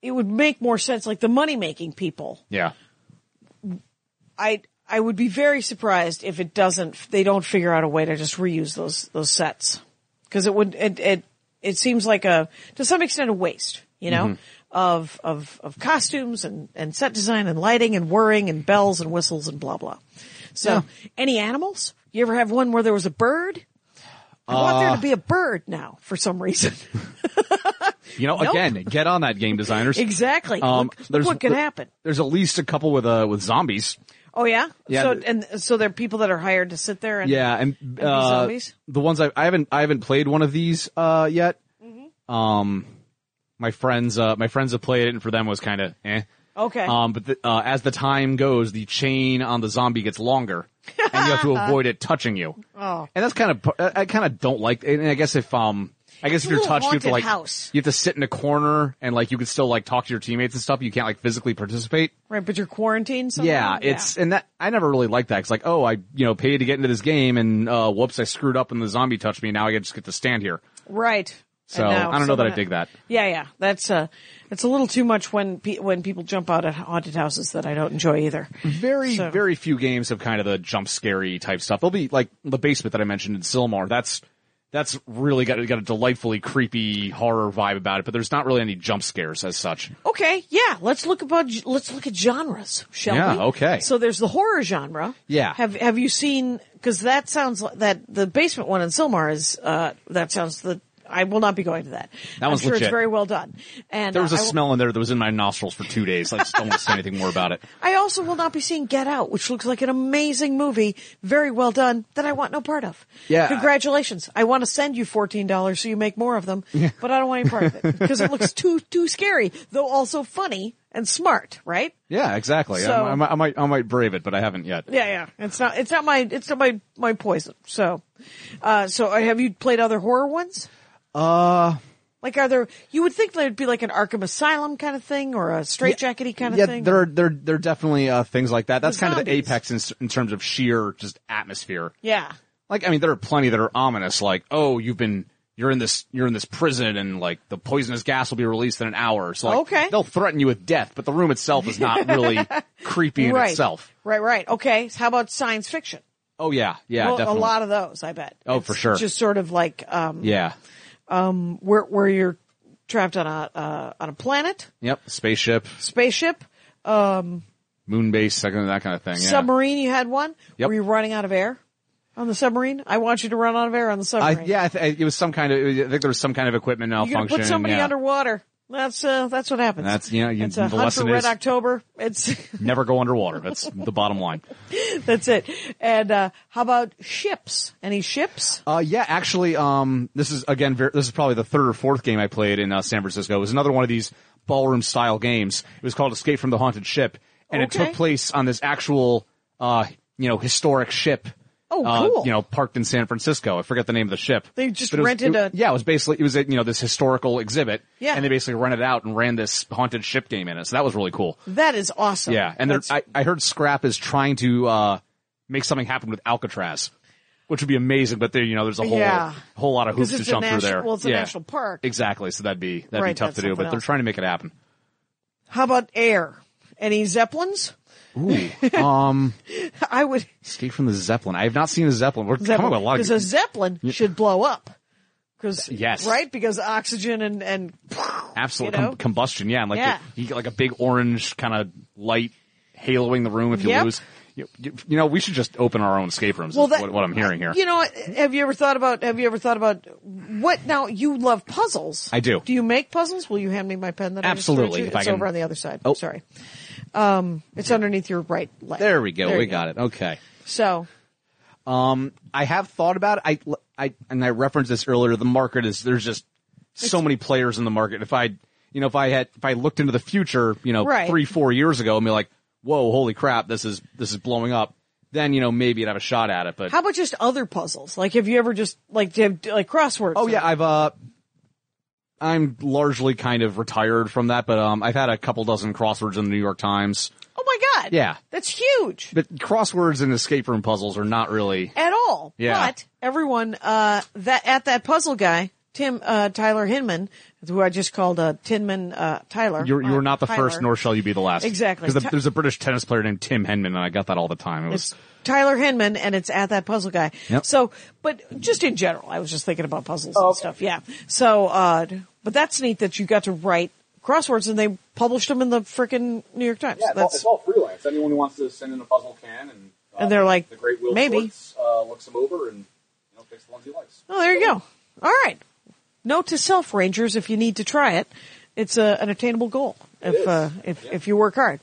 [SPEAKER 2] it would make more sense. Like the money making people,
[SPEAKER 3] Yeah.
[SPEAKER 2] I I would be very surprised if it doesn't they don't figure out a way to just reuse those those sets because it would it, it it seems like a to some extent a waste you know
[SPEAKER 3] Mm-hmm.
[SPEAKER 2] of of of costumes and and set design and lighting and whirring and bells and whistles and blah blah. So any animals? You ever have one where there was a bird? I want
[SPEAKER 3] Uh,
[SPEAKER 2] there to be a bird now for some reason.
[SPEAKER 3] You know, again, get on that game designers.
[SPEAKER 2] exactly.
[SPEAKER 3] Um,
[SPEAKER 2] Look- look
[SPEAKER 3] there's-
[SPEAKER 2] what could happen?
[SPEAKER 3] There's at least a couple with, uh, with zombies.
[SPEAKER 2] Oh yeah.
[SPEAKER 3] Yeah,
[SPEAKER 2] So
[SPEAKER 3] the-
[SPEAKER 2] and so there are people that are hired to sit there and
[SPEAKER 3] Yeah, and,
[SPEAKER 2] be
[SPEAKER 3] uh,
[SPEAKER 2] zombies?
[SPEAKER 3] the ones I, I haven't I haven't played one of these uh, yet.
[SPEAKER 2] Mm-hmm.
[SPEAKER 3] Um, my friends uh, my friends have played it, and for them was kind of eh.
[SPEAKER 2] Okay.
[SPEAKER 3] Um, but the, uh, as the time goes, the chain on the zombie gets longer, and you have to avoid it touching you. Oh, and that's kind of I kind of don't like. And I guess if um. I guess if
[SPEAKER 2] a
[SPEAKER 3] you're
[SPEAKER 2] little
[SPEAKER 3] touched, you have to
[SPEAKER 2] haunted
[SPEAKER 3] like
[SPEAKER 2] house.
[SPEAKER 3] you have to sit in a corner and like you can still like talk to your teammates and stuff. You can't like physically participate.
[SPEAKER 2] Right, but you're quarantined somehow?
[SPEAKER 3] Yeah, it's and that I never really liked that. It's like, oh, I you know paid to get into this game, and uh, whoops, I screwed up, and the zombie touched me. Now I just get to stand here.
[SPEAKER 2] right.
[SPEAKER 3] So
[SPEAKER 2] And now
[SPEAKER 3] I don't know that I
[SPEAKER 2] someone-
[SPEAKER 3] dig that.
[SPEAKER 2] Yeah, yeah, that's uh, it's a little too much when pe- when people jump out at haunted houses that I don't enjoy either.
[SPEAKER 3] Very
[SPEAKER 2] So-
[SPEAKER 3] very few games have kind of the jump scary type stuff. They'll be like the basement that I mentioned in Silmar. That's that's really got got a delightfully creepy horror vibe about it, but there's not really any jump scares as such.
[SPEAKER 2] Okay, yeah, let's look about let's look at genres, shall
[SPEAKER 3] Yeah,
[SPEAKER 2] we?
[SPEAKER 3] okay.
[SPEAKER 2] So there's the horror genre.
[SPEAKER 3] Yeah.
[SPEAKER 2] Have Have you seen? Because that sounds like that the basement one in Silmar is uh that sounds the I will not be going to that.
[SPEAKER 3] That
[SPEAKER 2] I'm
[SPEAKER 3] one's
[SPEAKER 2] sure
[SPEAKER 3] legit.
[SPEAKER 2] it's very well done. And
[SPEAKER 3] There was
[SPEAKER 2] uh,
[SPEAKER 3] a
[SPEAKER 2] I will-
[SPEAKER 3] smell in there that was in my nostrils for two days. I just don't want to say anything more about it.
[SPEAKER 2] I also will not be seeing Get Out, which looks like an amazing movie, very well done, that I want no part of.
[SPEAKER 3] Yeah.
[SPEAKER 2] Congratulations. I want to send you $14 so you make more of them, but I don't want any part of it because it looks too, too scary, though also funny and smart, right?
[SPEAKER 3] Yeah, exactly.
[SPEAKER 2] So-
[SPEAKER 3] I, might- I might I might brave it, but I haven't yet.
[SPEAKER 2] Yeah, yeah. It's not, it's not my, it's not my, my poison. So, uh, so uh, have you played other horror ones? Uh, like Like, are there? You would think there'd be like an Arkham Asylum kind of thing or a straitjackety kind of
[SPEAKER 3] yeah,
[SPEAKER 2] thing.
[SPEAKER 3] there are there there are definitely uh, things like that. That's
[SPEAKER 2] The
[SPEAKER 3] kind of the
[SPEAKER 2] zombies.
[SPEAKER 3] apex in, s- in terms of sheer just atmosphere.
[SPEAKER 2] yeah,
[SPEAKER 3] Like I mean, there are plenty that are ominous. Like oh, you've been you're in this you're in this prison, and like the poisonous gas will be released in an hour. So like,
[SPEAKER 2] Okay.
[SPEAKER 3] they'll threaten you with death, but the room itself is not really creepy in
[SPEAKER 2] right,
[SPEAKER 3] itself.
[SPEAKER 2] right, right. Okay, so how about science fiction?
[SPEAKER 3] Oh yeah, yeah,
[SPEAKER 2] well,
[SPEAKER 3] definitely.
[SPEAKER 2] a lot of those, I bet.
[SPEAKER 3] Oh, for
[SPEAKER 2] It's
[SPEAKER 3] sure.
[SPEAKER 2] Just sort of like um,
[SPEAKER 3] yeah.
[SPEAKER 2] where where you're trapped on a uh, on a planet,
[SPEAKER 3] Yep. Spaceship,
[SPEAKER 2] spaceship,
[SPEAKER 3] moon base, second that kind of thing. Yeah.
[SPEAKER 2] submarine. You had one.
[SPEAKER 3] Yep.
[SPEAKER 2] Were you running out of air on the submarine? I want you to run out of air on the
[SPEAKER 3] I,
[SPEAKER 2] submarine.
[SPEAKER 3] yeah, I th- it was some kind of. it was- I think there was some kind of equipment
[SPEAKER 2] You're gonna
[SPEAKER 3] malfunction.
[SPEAKER 2] put somebody
[SPEAKER 3] yeah.
[SPEAKER 2] underwater. That's uh, that's what happens.
[SPEAKER 3] That's- yeah, you-
[SPEAKER 2] it's a
[SPEAKER 3] the
[SPEAKER 2] hunt for
[SPEAKER 3] lesson
[SPEAKER 2] Red
[SPEAKER 3] is-
[SPEAKER 2] October. It's
[SPEAKER 3] Never go underwater. That's the bottom line.
[SPEAKER 2] that's it. And uh, how about ships? Any ships?
[SPEAKER 3] Uh, yeah, actually, um, this is again, ver- this is probably the third or fourth game I played in uh, San Francisco. It was another one of these ballroom style games. It was called Escape from the Haunted Ship, and it
[SPEAKER 2] Okay.
[SPEAKER 3] took place on this actual, uh, you know, historic ship.
[SPEAKER 2] Oh,
[SPEAKER 3] uh,
[SPEAKER 2] cool.
[SPEAKER 3] you know, parked in San Francisco. I forget the name of the ship.
[SPEAKER 2] They just
[SPEAKER 3] But it was-
[SPEAKER 2] rented
[SPEAKER 3] it-
[SPEAKER 2] a-
[SPEAKER 3] Yeah, it was basically it was a, you know this historical exhibit.
[SPEAKER 2] Yeah.
[SPEAKER 3] and they basically rented out and ran this haunted ship game in it. So that was really cool.
[SPEAKER 2] That is awesome.
[SPEAKER 3] Yeah, and there,
[SPEAKER 2] That's-
[SPEAKER 3] I, I heard Scrap is trying to uh, make something happen with Alcatraz, which would be amazing. But there, you know, there's a whole
[SPEAKER 2] Yeah.
[SPEAKER 3] whole lot of hoops
[SPEAKER 2] 'Cause
[SPEAKER 3] to
[SPEAKER 2] it's a
[SPEAKER 3] jump
[SPEAKER 2] national-
[SPEAKER 3] through there.
[SPEAKER 2] well, it's a
[SPEAKER 3] yeah.
[SPEAKER 2] national park.
[SPEAKER 3] exactly. So that'd be that'd
[SPEAKER 2] Right,
[SPEAKER 3] be tough
[SPEAKER 2] that's
[SPEAKER 3] to do, but
[SPEAKER 2] something
[SPEAKER 3] they're
[SPEAKER 2] else.
[SPEAKER 3] trying to make it happen.
[SPEAKER 2] how about air? Any zeppelins?
[SPEAKER 3] Ooh, um,
[SPEAKER 2] I would.
[SPEAKER 3] Escape from the Zeppelin. I have not seen a Zeppelin. We're coming up
[SPEAKER 2] Zeppelin.
[SPEAKER 3] with a lot of
[SPEAKER 2] Because a zeppelin should blow up. Because
[SPEAKER 3] Yes.
[SPEAKER 2] right because oxygen and and
[SPEAKER 3] absolute
[SPEAKER 2] you know?
[SPEAKER 3] com- combustion. Yeah, and like
[SPEAKER 2] Yeah.
[SPEAKER 3] The, you get like a big orange kind of light haloing the room if you
[SPEAKER 2] Yep.
[SPEAKER 3] lose. You, you, you know, we should just open our own escape rooms. is what, what I'm hearing here.
[SPEAKER 2] You know, have you ever thought about? Have you ever thought about what? Now you love puzzles.
[SPEAKER 3] I do.
[SPEAKER 2] Do you make puzzles? Will you hand me my pen? That I just threw
[SPEAKER 3] Absolutely,
[SPEAKER 2] at you?
[SPEAKER 3] if I
[SPEAKER 2] It's
[SPEAKER 3] can-
[SPEAKER 2] over on the other side.
[SPEAKER 3] Oh.
[SPEAKER 2] sorry. Um, it's underneath your right leg.
[SPEAKER 3] there we go. we
[SPEAKER 2] you
[SPEAKER 3] got it. Okay.
[SPEAKER 2] So
[SPEAKER 3] I have thought about it. I, I, and I referenced this earlier. The market is there's just so many players in the market. If I, you know, if I had, if I looked into the future, you know,
[SPEAKER 2] Right.
[SPEAKER 3] three, four years ago, and be like, whoa, holy crap, this is this is blowing up. Then you know maybe I'd have a shot at it. But
[SPEAKER 2] how about just other puzzles? Like, have you ever just like do you have, like crosswords?
[SPEAKER 3] oh yeah, I've uh, I'm largely kind of retired from that, but um, I've had a couple dozen crosswords in the New York Times.
[SPEAKER 2] Oh my god.
[SPEAKER 3] Yeah.
[SPEAKER 2] That's huge.
[SPEAKER 3] But crosswords and escape room puzzles are not really.
[SPEAKER 2] at all.
[SPEAKER 3] Yeah.
[SPEAKER 2] But everyone uh, that at that puzzle guy, Tim uh, Tyler Hinman, who I just called uh, Tinman uh, Tyler.
[SPEAKER 3] You're, you
[SPEAKER 2] uh,
[SPEAKER 3] are not the
[SPEAKER 2] Tyler.
[SPEAKER 3] first, nor shall you be the last.
[SPEAKER 2] Exactly.
[SPEAKER 3] Because
[SPEAKER 2] Ti-
[SPEAKER 3] there's a British tennis player named Tim Henman, and I got that all the time. It was
[SPEAKER 2] It's Tyler Hinman, and it's at that puzzle guy.
[SPEAKER 3] Yep.
[SPEAKER 2] So, but just in general, I was just thinking about puzzles
[SPEAKER 4] Oh,
[SPEAKER 2] and stuff. Yeah. So, uh, but that's neat that you got to write crosswords, and they published them in the frickin' New York Times.
[SPEAKER 4] Yeah, it's,
[SPEAKER 2] that's
[SPEAKER 4] all, it's all freelance. Anyone who wants to send in a puzzle can, and uh,
[SPEAKER 2] And they're like,
[SPEAKER 4] the great Will
[SPEAKER 2] maybe.
[SPEAKER 4] Schwartz, uh, looks them over and you know picks the ones he likes.
[SPEAKER 2] Oh, there you go. All right. Note to self, Rangers, if you need to try it, it's uh, an attainable goal if uh, if, if you work hard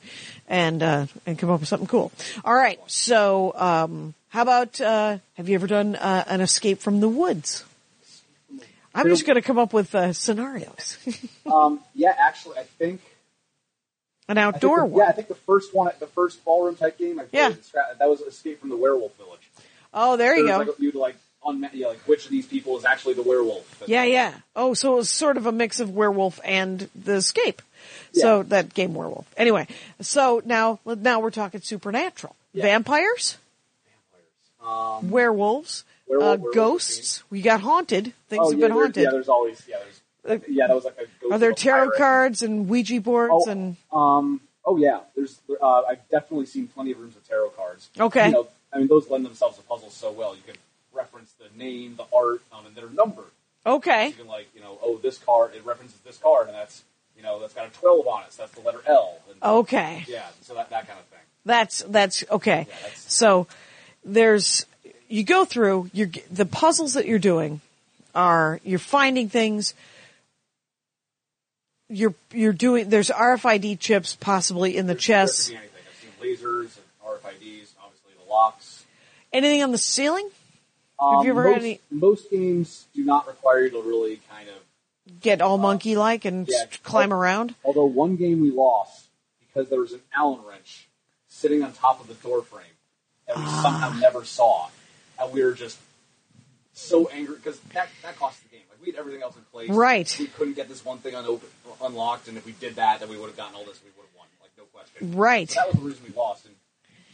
[SPEAKER 2] and uh, and come up with something cool. All right. So, um, how about uh, have you ever done uh, an escape from the woods? I'm just going to come up with uh, scenarios.
[SPEAKER 4] Um, yeah, actually, I think
[SPEAKER 2] an
[SPEAKER 4] I think
[SPEAKER 2] outdoor
[SPEAKER 4] the-
[SPEAKER 2] one.
[SPEAKER 4] Yeah, I think the first one, the first ballroom type game I played,
[SPEAKER 2] Yeah.
[SPEAKER 4] is Scra- that was Escape from the Werewolf Village.
[SPEAKER 2] Oh, there you
[SPEAKER 4] There's
[SPEAKER 2] go.
[SPEAKER 4] Like, you'd like unmet, yeah, like which of these people is actually the werewolf?
[SPEAKER 2] Yeah, yeah. Oh, so it was sort of a mix of werewolf and the escape. So
[SPEAKER 4] Yeah.
[SPEAKER 2] that game werewolf. Anyway, so now now we're talking supernatural. Vampires? werewolves,
[SPEAKER 4] Um, Werewolf,
[SPEAKER 2] uh,
[SPEAKER 4] werewolf
[SPEAKER 2] ghosts. We got haunted. Things
[SPEAKER 4] Oh,
[SPEAKER 2] have
[SPEAKER 4] yeah,
[SPEAKER 2] been
[SPEAKER 4] there-
[SPEAKER 2] haunted.
[SPEAKER 4] Yeah, there's always yeah. There's, yeah, that was like a. Ghost
[SPEAKER 2] Are there
[SPEAKER 4] of a
[SPEAKER 2] tarot
[SPEAKER 4] pirate.
[SPEAKER 2] cards and Ouija boards
[SPEAKER 4] Oh,
[SPEAKER 2] and
[SPEAKER 4] um, oh yeah. There's, uh, I've definitely seen plenty of rooms with tarot cards.
[SPEAKER 2] Okay.
[SPEAKER 4] You know, I mean, those lend themselves to puzzles so well. You can reference the name, the art, um, and they're numbered.
[SPEAKER 2] okay?
[SPEAKER 4] You can like, you know, oh, this card it references this card, and that's, you know, that's got a twelve on it. So that's the letter L. And,
[SPEAKER 2] Okay,
[SPEAKER 4] Yeah. So that that kind of thing.
[SPEAKER 2] that's that's okay.
[SPEAKER 4] that's-
[SPEAKER 2] so there's you go through you the puzzles that you're doing are you're finding things. You're you're doing there's RFID chips possibly in the
[SPEAKER 4] There could
[SPEAKER 2] chest.
[SPEAKER 4] be anything. I've seen lasers and RFIDs, obviously the locks.
[SPEAKER 2] Anything on the ceiling?
[SPEAKER 4] Um,
[SPEAKER 2] you ever
[SPEAKER 4] most,
[SPEAKER 2] had any-
[SPEAKER 4] Most games do not require you to really kind of
[SPEAKER 2] Get all monkey like and
[SPEAKER 4] Uh, yeah.
[SPEAKER 2] s- climb around.
[SPEAKER 4] Although one game we lost because there was an Allen wrench sitting on top of the door frame that we
[SPEAKER 2] Ah.
[SPEAKER 4] somehow never saw, and we were just so angry because that that cost the game. Like Like, we had everything else in place.
[SPEAKER 2] Right.
[SPEAKER 4] We couldn't get this one thing unopened, unlocked, and if we did that, then we would have gotten all this. We would have won, like no question.
[SPEAKER 2] Right.
[SPEAKER 4] So that was the reason we lost, and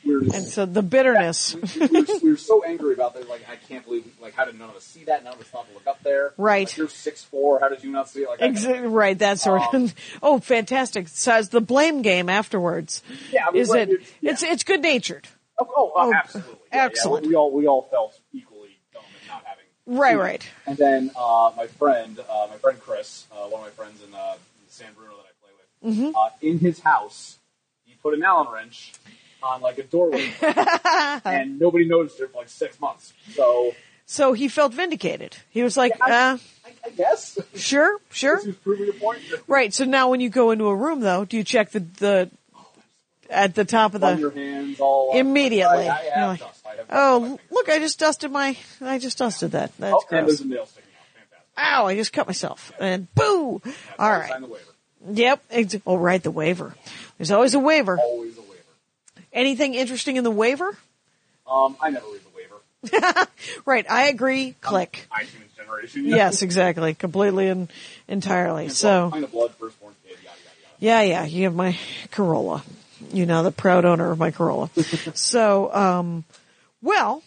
[SPEAKER 4] we were just,
[SPEAKER 2] And so the bitterness.
[SPEAKER 4] we, we, were, we were so angry about that. Like I can't believe, like how did none of us see that? None of us thought to look up there.
[SPEAKER 2] Right.
[SPEAKER 4] Like, you're six four. How did you not see it? Like I-
[SPEAKER 2] Exa- right, that sort
[SPEAKER 4] Uh,
[SPEAKER 2] of. Oh, fantastic! So it's the blame game afterwards.
[SPEAKER 4] Yeah, I mean,
[SPEAKER 2] is
[SPEAKER 4] what-
[SPEAKER 2] it?
[SPEAKER 4] it's- yeah.
[SPEAKER 2] It's it's good natured.
[SPEAKER 4] Oh, oh, uh,
[SPEAKER 2] Oh,
[SPEAKER 4] absolutely. Yeah, yeah.
[SPEAKER 2] excellent.
[SPEAKER 4] We all we all felt equally dumb and not having.
[SPEAKER 2] Right, right.
[SPEAKER 4] And then uh, my friend, uh, my friend Chris, uh, one of my friends in uh, San Bruno that I play
[SPEAKER 2] Mm-hmm.
[SPEAKER 4] with, uh, in his house, he put an Allen wrench on like a doorway, and nobody noticed it for like six months. So
[SPEAKER 2] So he felt vindicated. He was like,
[SPEAKER 4] I-
[SPEAKER 2] uh,
[SPEAKER 4] I, I guess this
[SPEAKER 2] sure, sure.
[SPEAKER 4] is proving a point.
[SPEAKER 2] Right. So now when you go into a room though, do you check the the at the top of
[SPEAKER 4] On your
[SPEAKER 2] the
[SPEAKER 4] hands, all uh,
[SPEAKER 2] immediately?
[SPEAKER 4] I, I have
[SPEAKER 2] You're like,
[SPEAKER 4] dust. I have dust on my
[SPEAKER 2] oh,
[SPEAKER 4] fingers.
[SPEAKER 2] look! I just dusted my. I just dusted that. That's
[SPEAKER 4] oh, and
[SPEAKER 2] gross.
[SPEAKER 4] there's a nail sticking out. Fantastic.
[SPEAKER 2] Ow! I just cut myself. And boo!
[SPEAKER 4] That's
[SPEAKER 2] All
[SPEAKER 4] how I sign
[SPEAKER 2] right.
[SPEAKER 4] the waiver.
[SPEAKER 2] Yep. Ex- Oh, right. The waiver. There's always a waiver.
[SPEAKER 4] Always a waiver.
[SPEAKER 2] Anything interesting in the waiver?
[SPEAKER 4] Um, I never read the waiver.
[SPEAKER 2] Right. I agree. Click.
[SPEAKER 4] iTunes generation.
[SPEAKER 2] Yes, exactly. Completely and entirely. So.
[SPEAKER 4] Kind of blood, firstborn kid, yada, yada, yada.
[SPEAKER 2] Yeah, yeah. You have my Corolla. You know, the proud owner of my Corolla. so, um, well,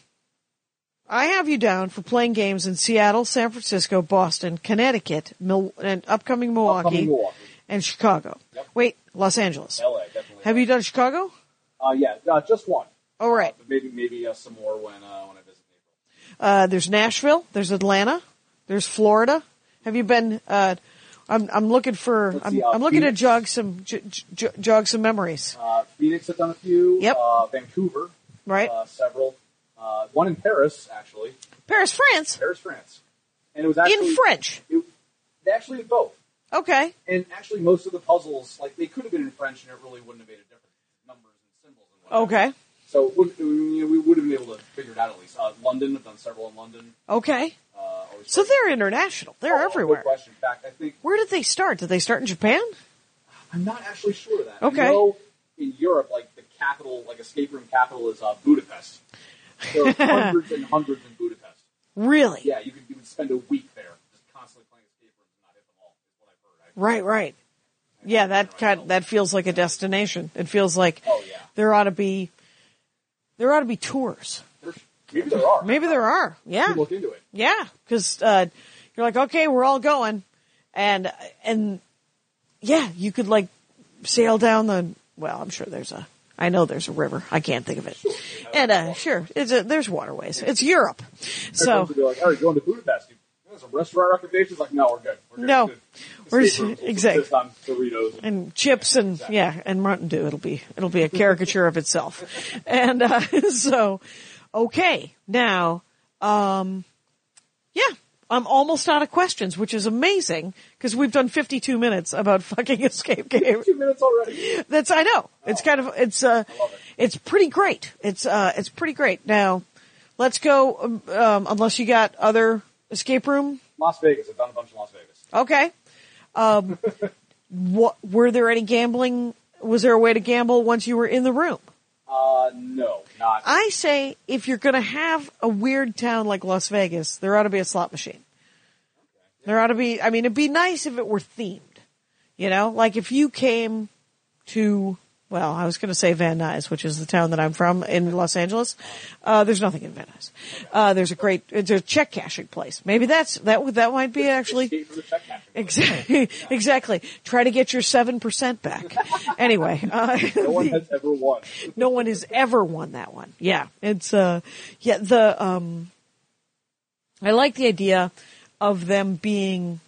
[SPEAKER 2] I have you down for playing games in Seattle, San Francisco, Boston, Connecticut, Mil- and upcoming Milwaukee,
[SPEAKER 4] Upcoming Milwaukee.
[SPEAKER 2] and Chicago.
[SPEAKER 4] Yep.
[SPEAKER 2] Wait, Los Angeles.
[SPEAKER 4] LA, definitely.
[SPEAKER 2] Have you done Chicago?
[SPEAKER 4] Uh, yeah, uh, just one.
[SPEAKER 2] All right.
[SPEAKER 4] But maybe maybe uh, some more when uh, when I visit April.
[SPEAKER 2] Uh, there's Nashville. There's Atlanta. There's Florida. Have you been? Uh, I'm I'm looking for. I'm,
[SPEAKER 4] see, uh,
[SPEAKER 2] I'm looking to
[SPEAKER 4] Phoenix.
[SPEAKER 2] jog some j- j- jog some memories.
[SPEAKER 4] Uh, Phoenix, I've done a few.
[SPEAKER 2] Yep.
[SPEAKER 4] Uh, Vancouver.
[SPEAKER 2] Right.
[SPEAKER 4] Uh, several. Uh, one in Paris, actually.
[SPEAKER 2] Paris, France,
[SPEAKER 4] Paris, France. And it was actually
[SPEAKER 2] in French.
[SPEAKER 4] It, they actually did both.
[SPEAKER 2] Okay.
[SPEAKER 4] And actually, most of the puzzles, like they could have been in French, and it really wouldn't have made a difference. Numbers and symbols. And whatnot.
[SPEAKER 2] Okay.
[SPEAKER 4] So it would, you know, we would have been able to figure it out at least. Uh, London, I've done several in London.
[SPEAKER 2] Okay.
[SPEAKER 4] Uh, always
[SPEAKER 2] So
[SPEAKER 4] fun.
[SPEAKER 2] they're international. They're
[SPEAKER 4] Oh,
[SPEAKER 2] everywhere.
[SPEAKER 4] Good question. In fact, I think
[SPEAKER 2] Where did they start? Did they start in Japan?
[SPEAKER 4] I'm not actually sure of that.
[SPEAKER 2] Okay.
[SPEAKER 4] I know in Europe, like the capital, like escape room capital is uh, Budapest. There are hundreds and hundreds in Budapest.
[SPEAKER 2] Really?
[SPEAKER 4] Yeah, you could you would spend a week there just constantly playing escape rooms and not hit them all. Is what I've
[SPEAKER 2] Right,
[SPEAKER 4] heard. I,
[SPEAKER 2] right. Yeah, that kind that feels like a destination. It feels like
[SPEAKER 4] Oh, yeah.
[SPEAKER 2] there ought to be there ought to be tours.
[SPEAKER 4] there's, maybe there are.
[SPEAKER 2] Maybe there are.
[SPEAKER 4] You
[SPEAKER 2] Yeah.
[SPEAKER 4] should look into it.
[SPEAKER 2] Yeah, because uh, you're like, okay, we're all going, and and yeah, you could like sail down the. Well, I'm sure there's a. I know there's a river. I can't think of it. And uh, sure, it's a, there's waterways. It's Europe, so
[SPEAKER 4] Everyone's gonna be like, all right, going to Budapest. You you know, some restaurant recommendations. Like, no, we're good. We're good.
[SPEAKER 2] No.
[SPEAKER 4] Good.
[SPEAKER 2] We're-
[SPEAKER 4] Escape rooms will
[SPEAKER 2] exact-
[SPEAKER 4] subsist on Doritos and
[SPEAKER 2] and chips and yeah, and Mountain Dew. It'll be it'll be a caricature of itself, and uh, so okay now, um, yeah. I'm almost out of questions, which is amazing because we've done 52 minutes about fucking escape game.
[SPEAKER 4] two minutes already.
[SPEAKER 2] That's I know. It's kind of it's uh
[SPEAKER 4] love it.
[SPEAKER 2] it's pretty great. It's uh it's pretty great. Now, let's go um, um unless you got other escape room.
[SPEAKER 4] Las Vegas. I've done a bunch in Las Vegas.
[SPEAKER 2] Okay. Um what were there any gambling was there a way to gamble once you were in the room?
[SPEAKER 4] Uh, no, not.
[SPEAKER 2] I say if you're going to have a weird town like Las Vegas, there ought to be a slot machine. There ought to be, I mean, it'd be nice if it were themed, you know, like if you came to, well, I was going to say Van Nuys, which is the town that I'm from in Los Angeles. Uh, there's nothing in Van Nuys. Uh, there's a great, it's a check cashing place. Maybe that's, that would, that might be actually.
[SPEAKER 4] Escape from the check cashing.
[SPEAKER 2] Exactly. Exactly. Try to get your 7% back. Anyway, uh,
[SPEAKER 4] No one has ever won.
[SPEAKER 2] no one has ever won that one. Yeah, it's uh, yeah the um, I like the idea of them being.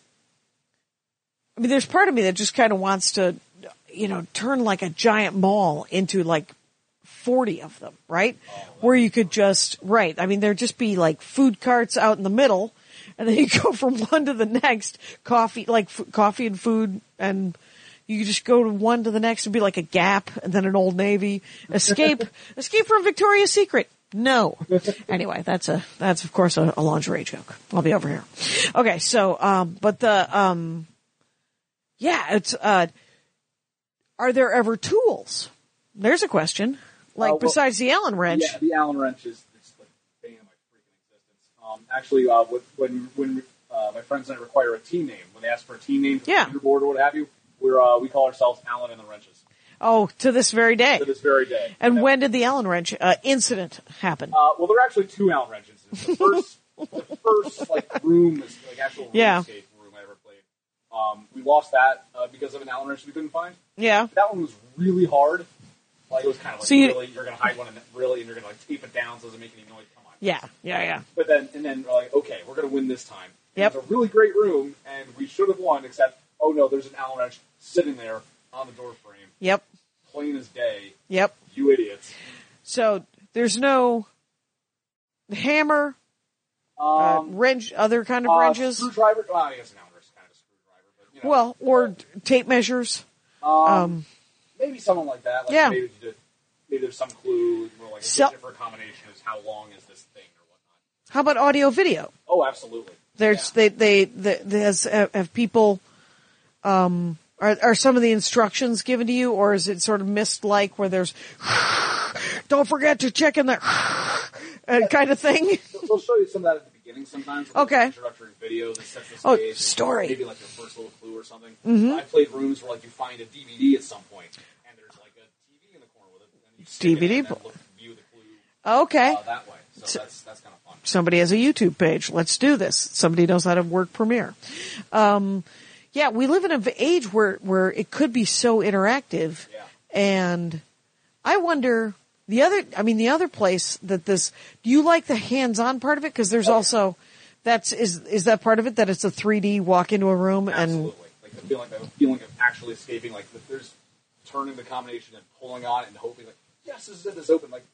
[SPEAKER 2] I mean, there's part of me that just kind of wants to, you know, turn like a giant mall into like 40 of them, right? Where you could just, right. I mean, there'd just be like food carts out in the middle and then you go from one to the next coffee, like f- coffee and food and you could just go to one to the next and be like a gap and then an old navy escape, escape from Victoria's Secret. No. Anyway, that's a, that's of course a, a lingerie joke. I'll be over here. Okay. So, um, but the, um, yeah, it's, uh, are there ever tools? There's a question. Like
[SPEAKER 4] Uh, well-
[SPEAKER 2] besides the Allen wrench.
[SPEAKER 4] Yeah, the Allen wrench is it's like bane of my freaking existence. Um, actually, uh, with, when when uh, uh, my friends and I require a team name. When they ask for a team name, for
[SPEAKER 2] Yeah.
[SPEAKER 4] the leaderboard or what have you, we're uh, we call ourselves Alan and the Wrenches
[SPEAKER 2] Oh, to this very day.
[SPEAKER 4] to this very day.
[SPEAKER 2] And when did the Allen wrench uh, incident happen?
[SPEAKER 4] Uh, well, there are actually two Allen wrenches. The first, the first like room is like actual room
[SPEAKER 2] Yeah.
[SPEAKER 4] escape room I ever played. Um, we lost that uh, because of an Allen wrench we couldn't find.
[SPEAKER 2] yeah.
[SPEAKER 4] That one was really hard. Like it was kind of like
[SPEAKER 2] So you-
[SPEAKER 4] really, you're gonna hide one and really, and you're gonna like tape it down so it doesn't make any noise. Come on.
[SPEAKER 2] Yeah. Yeah. Yeah.
[SPEAKER 4] But then, and then we're like, okay, we're gonna win this time. And
[SPEAKER 2] Yep.
[SPEAKER 4] It's a really great room, and we should have won. Except, oh no, there's an Allen wrench sitting there on the door frame,
[SPEAKER 2] Yep.
[SPEAKER 4] plain as day.
[SPEAKER 2] Yep.
[SPEAKER 4] You idiots.
[SPEAKER 2] So there's no hammer, uh,
[SPEAKER 4] Um,
[SPEAKER 2] wrench, other kind of
[SPEAKER 4] uh,
[SPEAKER 2] wrenches.
[SPEAKER 4] Screwdriver. Well, I guess an Allen wrench is kind of a screwdriver, but you know.
[SPEAKER 2] Well, or tape measures. Um,
[SPEAKER 4] maybe someone like that. Like
[SPEAKER 2] Yeah.
[SPEAKER 4] Maybe, you did- maybe there's some clue. Or like a
[SPEAKER 2] So-
[SPEAKER 4] different combination is how long is this thing or whatnot.
[SPEAKER 2] how about audio video?
[SPEAKER 4] Oh, absolutely.
[SPEAKER 2] There's they
[SPEAKER 4] yeah.
[SPEAKER 2] they, they, there's, uh, have people. Um, are, are some of the instructions given to you, or is it sort of mist like where there's don't forget to check in the uh, kind of thing?
[SPEAKER 4] They'll- They'll show you some of that at the beginning sometimes. with, like,
[SPEAKER 2] Okay.
[SPEAKER 4] Introductory videos that sets the stage.
[SPEAKER 2] Oh,
[SPEAKER 4] and
[SPEAKER 2] story. Mm-hmm.
[SPEAKER 4] Maybe like your first little clue or something. I played rooms where like you find a DVD at some point, and there's like a TV in the corner with it. And you stick it in
[SPEAKER 2] DVD
[SPEAKER 4] and then
[SPEAKER 2] bo-
[SPEAKER 4] look, view the clue
[SPEAKER 2] Okay.
[SPEAKER 4] uh, that way. So, that's that's kind of fun.
[SPEAKER 2] somebody has a YouTube page. Let's do this. Somebody knows how to work Premiere. Um, yeah, we live in an age where, where it could be so interactive.
[SPEAKER 4] Yeah.
[SPEAKER 2] And I wonder the other, I mean, the other place that this, do you like the hands-on part of it? Cause
[SPEAKER 4] Oh,
[SPEAKER 2] there's also, that's, is, is that part of it that it's a 3D walk into a room and,
[SPEAKER 4] Absolutely. Like the feeling, the feeling of actually escaping. Like the, there's turning the combination and pulling on it and hoping, like, yes, this is it. This is open. Like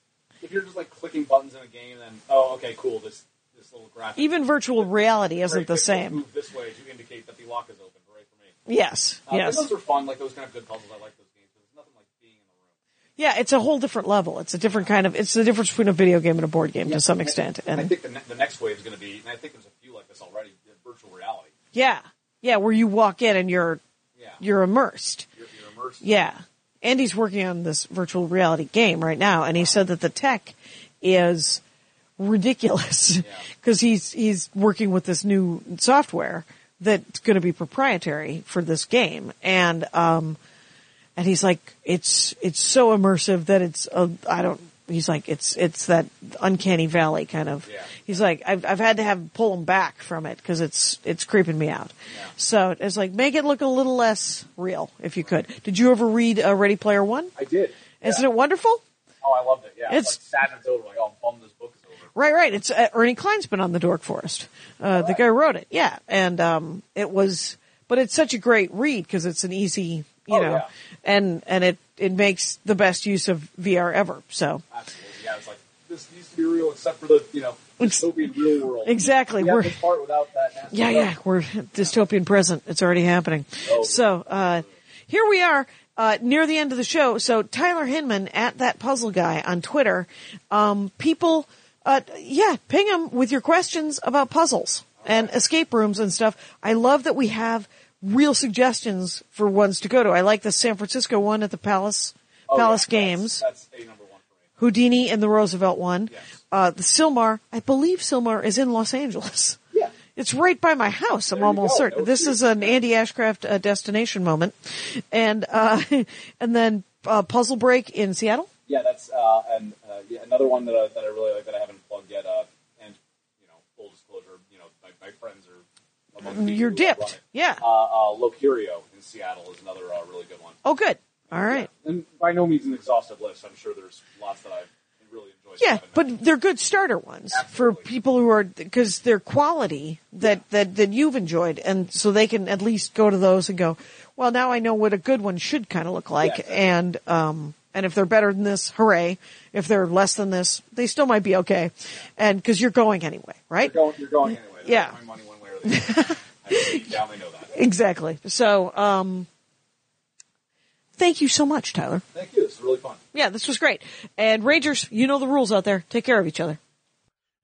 [SPEAKER 4] if you're just like clicking buttons in a game, then oh, okay, cool. This this little graphic.
[SPEAKER 2] even virtual reality
[SPEAKER 4] Very
[SPEAKER 2] isn't the
[SPEAKER 4] quick, Mm-hmm.
[SPEAKER 2] same.
[SPEAKER 4] Move this way to indicate that the lock is open. Right for me.
[SPEAKER 2] Yes.
[SPEAKER 4] Uh, and
[SPEAKER 2] Yes.
[SPEAKER 4] Those are fun. Like those kind of good puzzles. I like those games. 'cause There's nothing like being in the room.
[SPEAKER 2] Yeah. It's a whole different level. It's a different kind of, it's the difference between a video game and a board game to some extent. And
[SPEAKER 4] And I think the, ne- the next wave is going to be, and I think there's a few like this already. uh, Virtual reality.
[SPEAKER 2] Yeah. Yeah, where you walk in and you're
[SPEAKER 4] Yeah.
[SPEAKER 2] you're immersed.
[SPEAKER 4] You're, you're immersed.
[SPEAKER 2] Yeah. Andy's working on this virtual reality game right now and he said that the tech is ridiculous because he's he's working with this new software that's going to be proprietary for this game and um and he's like it's it's so immersive that it's uh, I don't he's like it's it's that uncanny valley kind of
[SPEAKER 4] Yeah.
[SPEAKER 2] he's like I've I've had to have pull him back from it because it's it's creeping me out so it's like make it look a little less real if you could did you ever read uh, Ready Player One
[SPEAKER 4] I did.
[SPEAKER 2] isn't
[SPEAKER 4] Yeah.
[SPEAKER 2] it wonderful
[SPEAKER 4] Oh, I loved it. Yeah.
[SPEAKER 2] It's-
[SPEAKER 4] like sad that it's over. Like, oh, I'm bummed this book is over.
[SPEAKER 2] Right, right. It's uh, Ernie Klein's been on the Dork Forest. Uh, The guy who wrote it, yeah, and um, it was, but it's such a great read because it's an easy, you
[SPEAKER 4] Oh,
[SPEAKER 2] know,
[SPEAKER 4] yeah.
[SPEAKER 2] and and it it makes the best use of VR ever. So
[SPEAKER 4] Absolutely. Yeah, it's like this needs to be real, except for the you know
[SPEAKER 2] Ex-
[SPEAKER 4] dystopian real world.
[SPEAKER 2] exactly,
[SPEAKER 4] We have
[SPEAKER 2] we're-
[SPEAKER 4] this part without that. nasty
[SPEAKER 2] yeah, yeah,
[SPEAKER 4] stuff.
[SPEAKER 2] we're dystopian present. It's already happening.
[SPEAKER 4] Oh.
[SPEAKER 2] So uh, here we are. Uh, near the end of the show, so Tyler Hinman at that puzzle guy on Twitter, um, people, uh, yeah, ping him with your questions about puzzles and escape rooms and stuff. I love that we have real suggestions for ones to go to. I like the San Francisco one at the Palace,
[SPEAKER 4] Oh, yeah,
[SPEAKER 2] Palace
[SPEAKER 4] that's-
[SPEAKER 2] Games.
[SPEAKER 4] That's, a number one for me.
[SPEAKER 2] Houdini and the Roosevelt one.
[SPEAKER 4] Yes.
[SPEAKER 2] Uh, the Silmar, I believe Silmar is in Los Angeles.
[SPEAKER 4] Yeah.
[SPEAKER 2] It's right by my house. I'm
[SPEAKER 4] There you
[SPEAKER 2] almost
[SPEAKER 4] go.
[SPEAKER 2] certain.
[SPEAKER 4] No
[SPEAKER 2] this is
[SPEAKER 4] fear.
[SPEAKER 2] an Andy Ashcraft uh, destination moment. And, uh, and then, uh, Puzzle Break in Seattle.
[SPEAKER 4] Yeah, that's uh, and uh, yeah, another one that I, that I really like that I haven't plugged yet. Uh, and you know, full disclosure, you know, my, my friends are. among the people
[SPEAKER 2] You're
[SPEAKER 4] who run
[SPEAKER 2] dipped.
[SPEAKER 4] it.
[SPEAKER 2] Yeah.
[SPEAKER 4] Uh, uh, Locurio in Seattle is another uh, really good one.
[SPEAKER 2] Oh, good. All right.
[SPEAKER 4] And by no means an exhaustive list. I'm sure there's lots that I've really enjoyed. that I
[SPEAKER 2] Yeah,
[SPEAKER 4] haven't mentioned.
[SPEAKER 2] but they're good starter ones for
[SPEAKER 4] Absolutely.
[SPEAKER 2] people who are, cause they're quality that, that, that you've enjoyed. And so they can at least go to those and go, well, now I know what a good one should kind of look like.
[SPEAKER 4] exactly.
[SPEAKER 2] And, um, and if they're better than this, hooray. If they're less than this, they still might be okay. And cause you're going anyway, right?
[SPEAKER 4] You're going, you're going anyway. They're
[SPEAKER 2] Yeah.
[SPEAKER 4] putting My money one way or the other. I deep down they know that.
[SPEAKER 2] Exactly. So, um, thank you so much, Tyler.
[SPEAKER 4] Thank you. This is really fun.
[SPEAKER 2] Yeah, this was great. And Rangers, you know the rules out there. Take care of each other.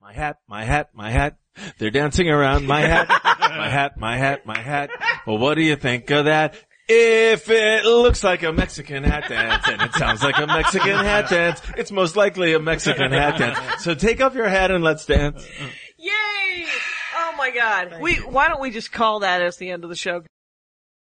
[SPEAKER 5] My hat, my hat, my hat. They're dancing around my hat, my hat, my hat, my hat. Well, what do you think of that? If it looks like a Mexican hat dance and it sounds like a Mexican hat dance, it's most likely a Mexican hat dance. So take off your hat and let's dance.
[SPEAKER 2] Yay! Oh my God. We, why don't we just call that as the end of the show?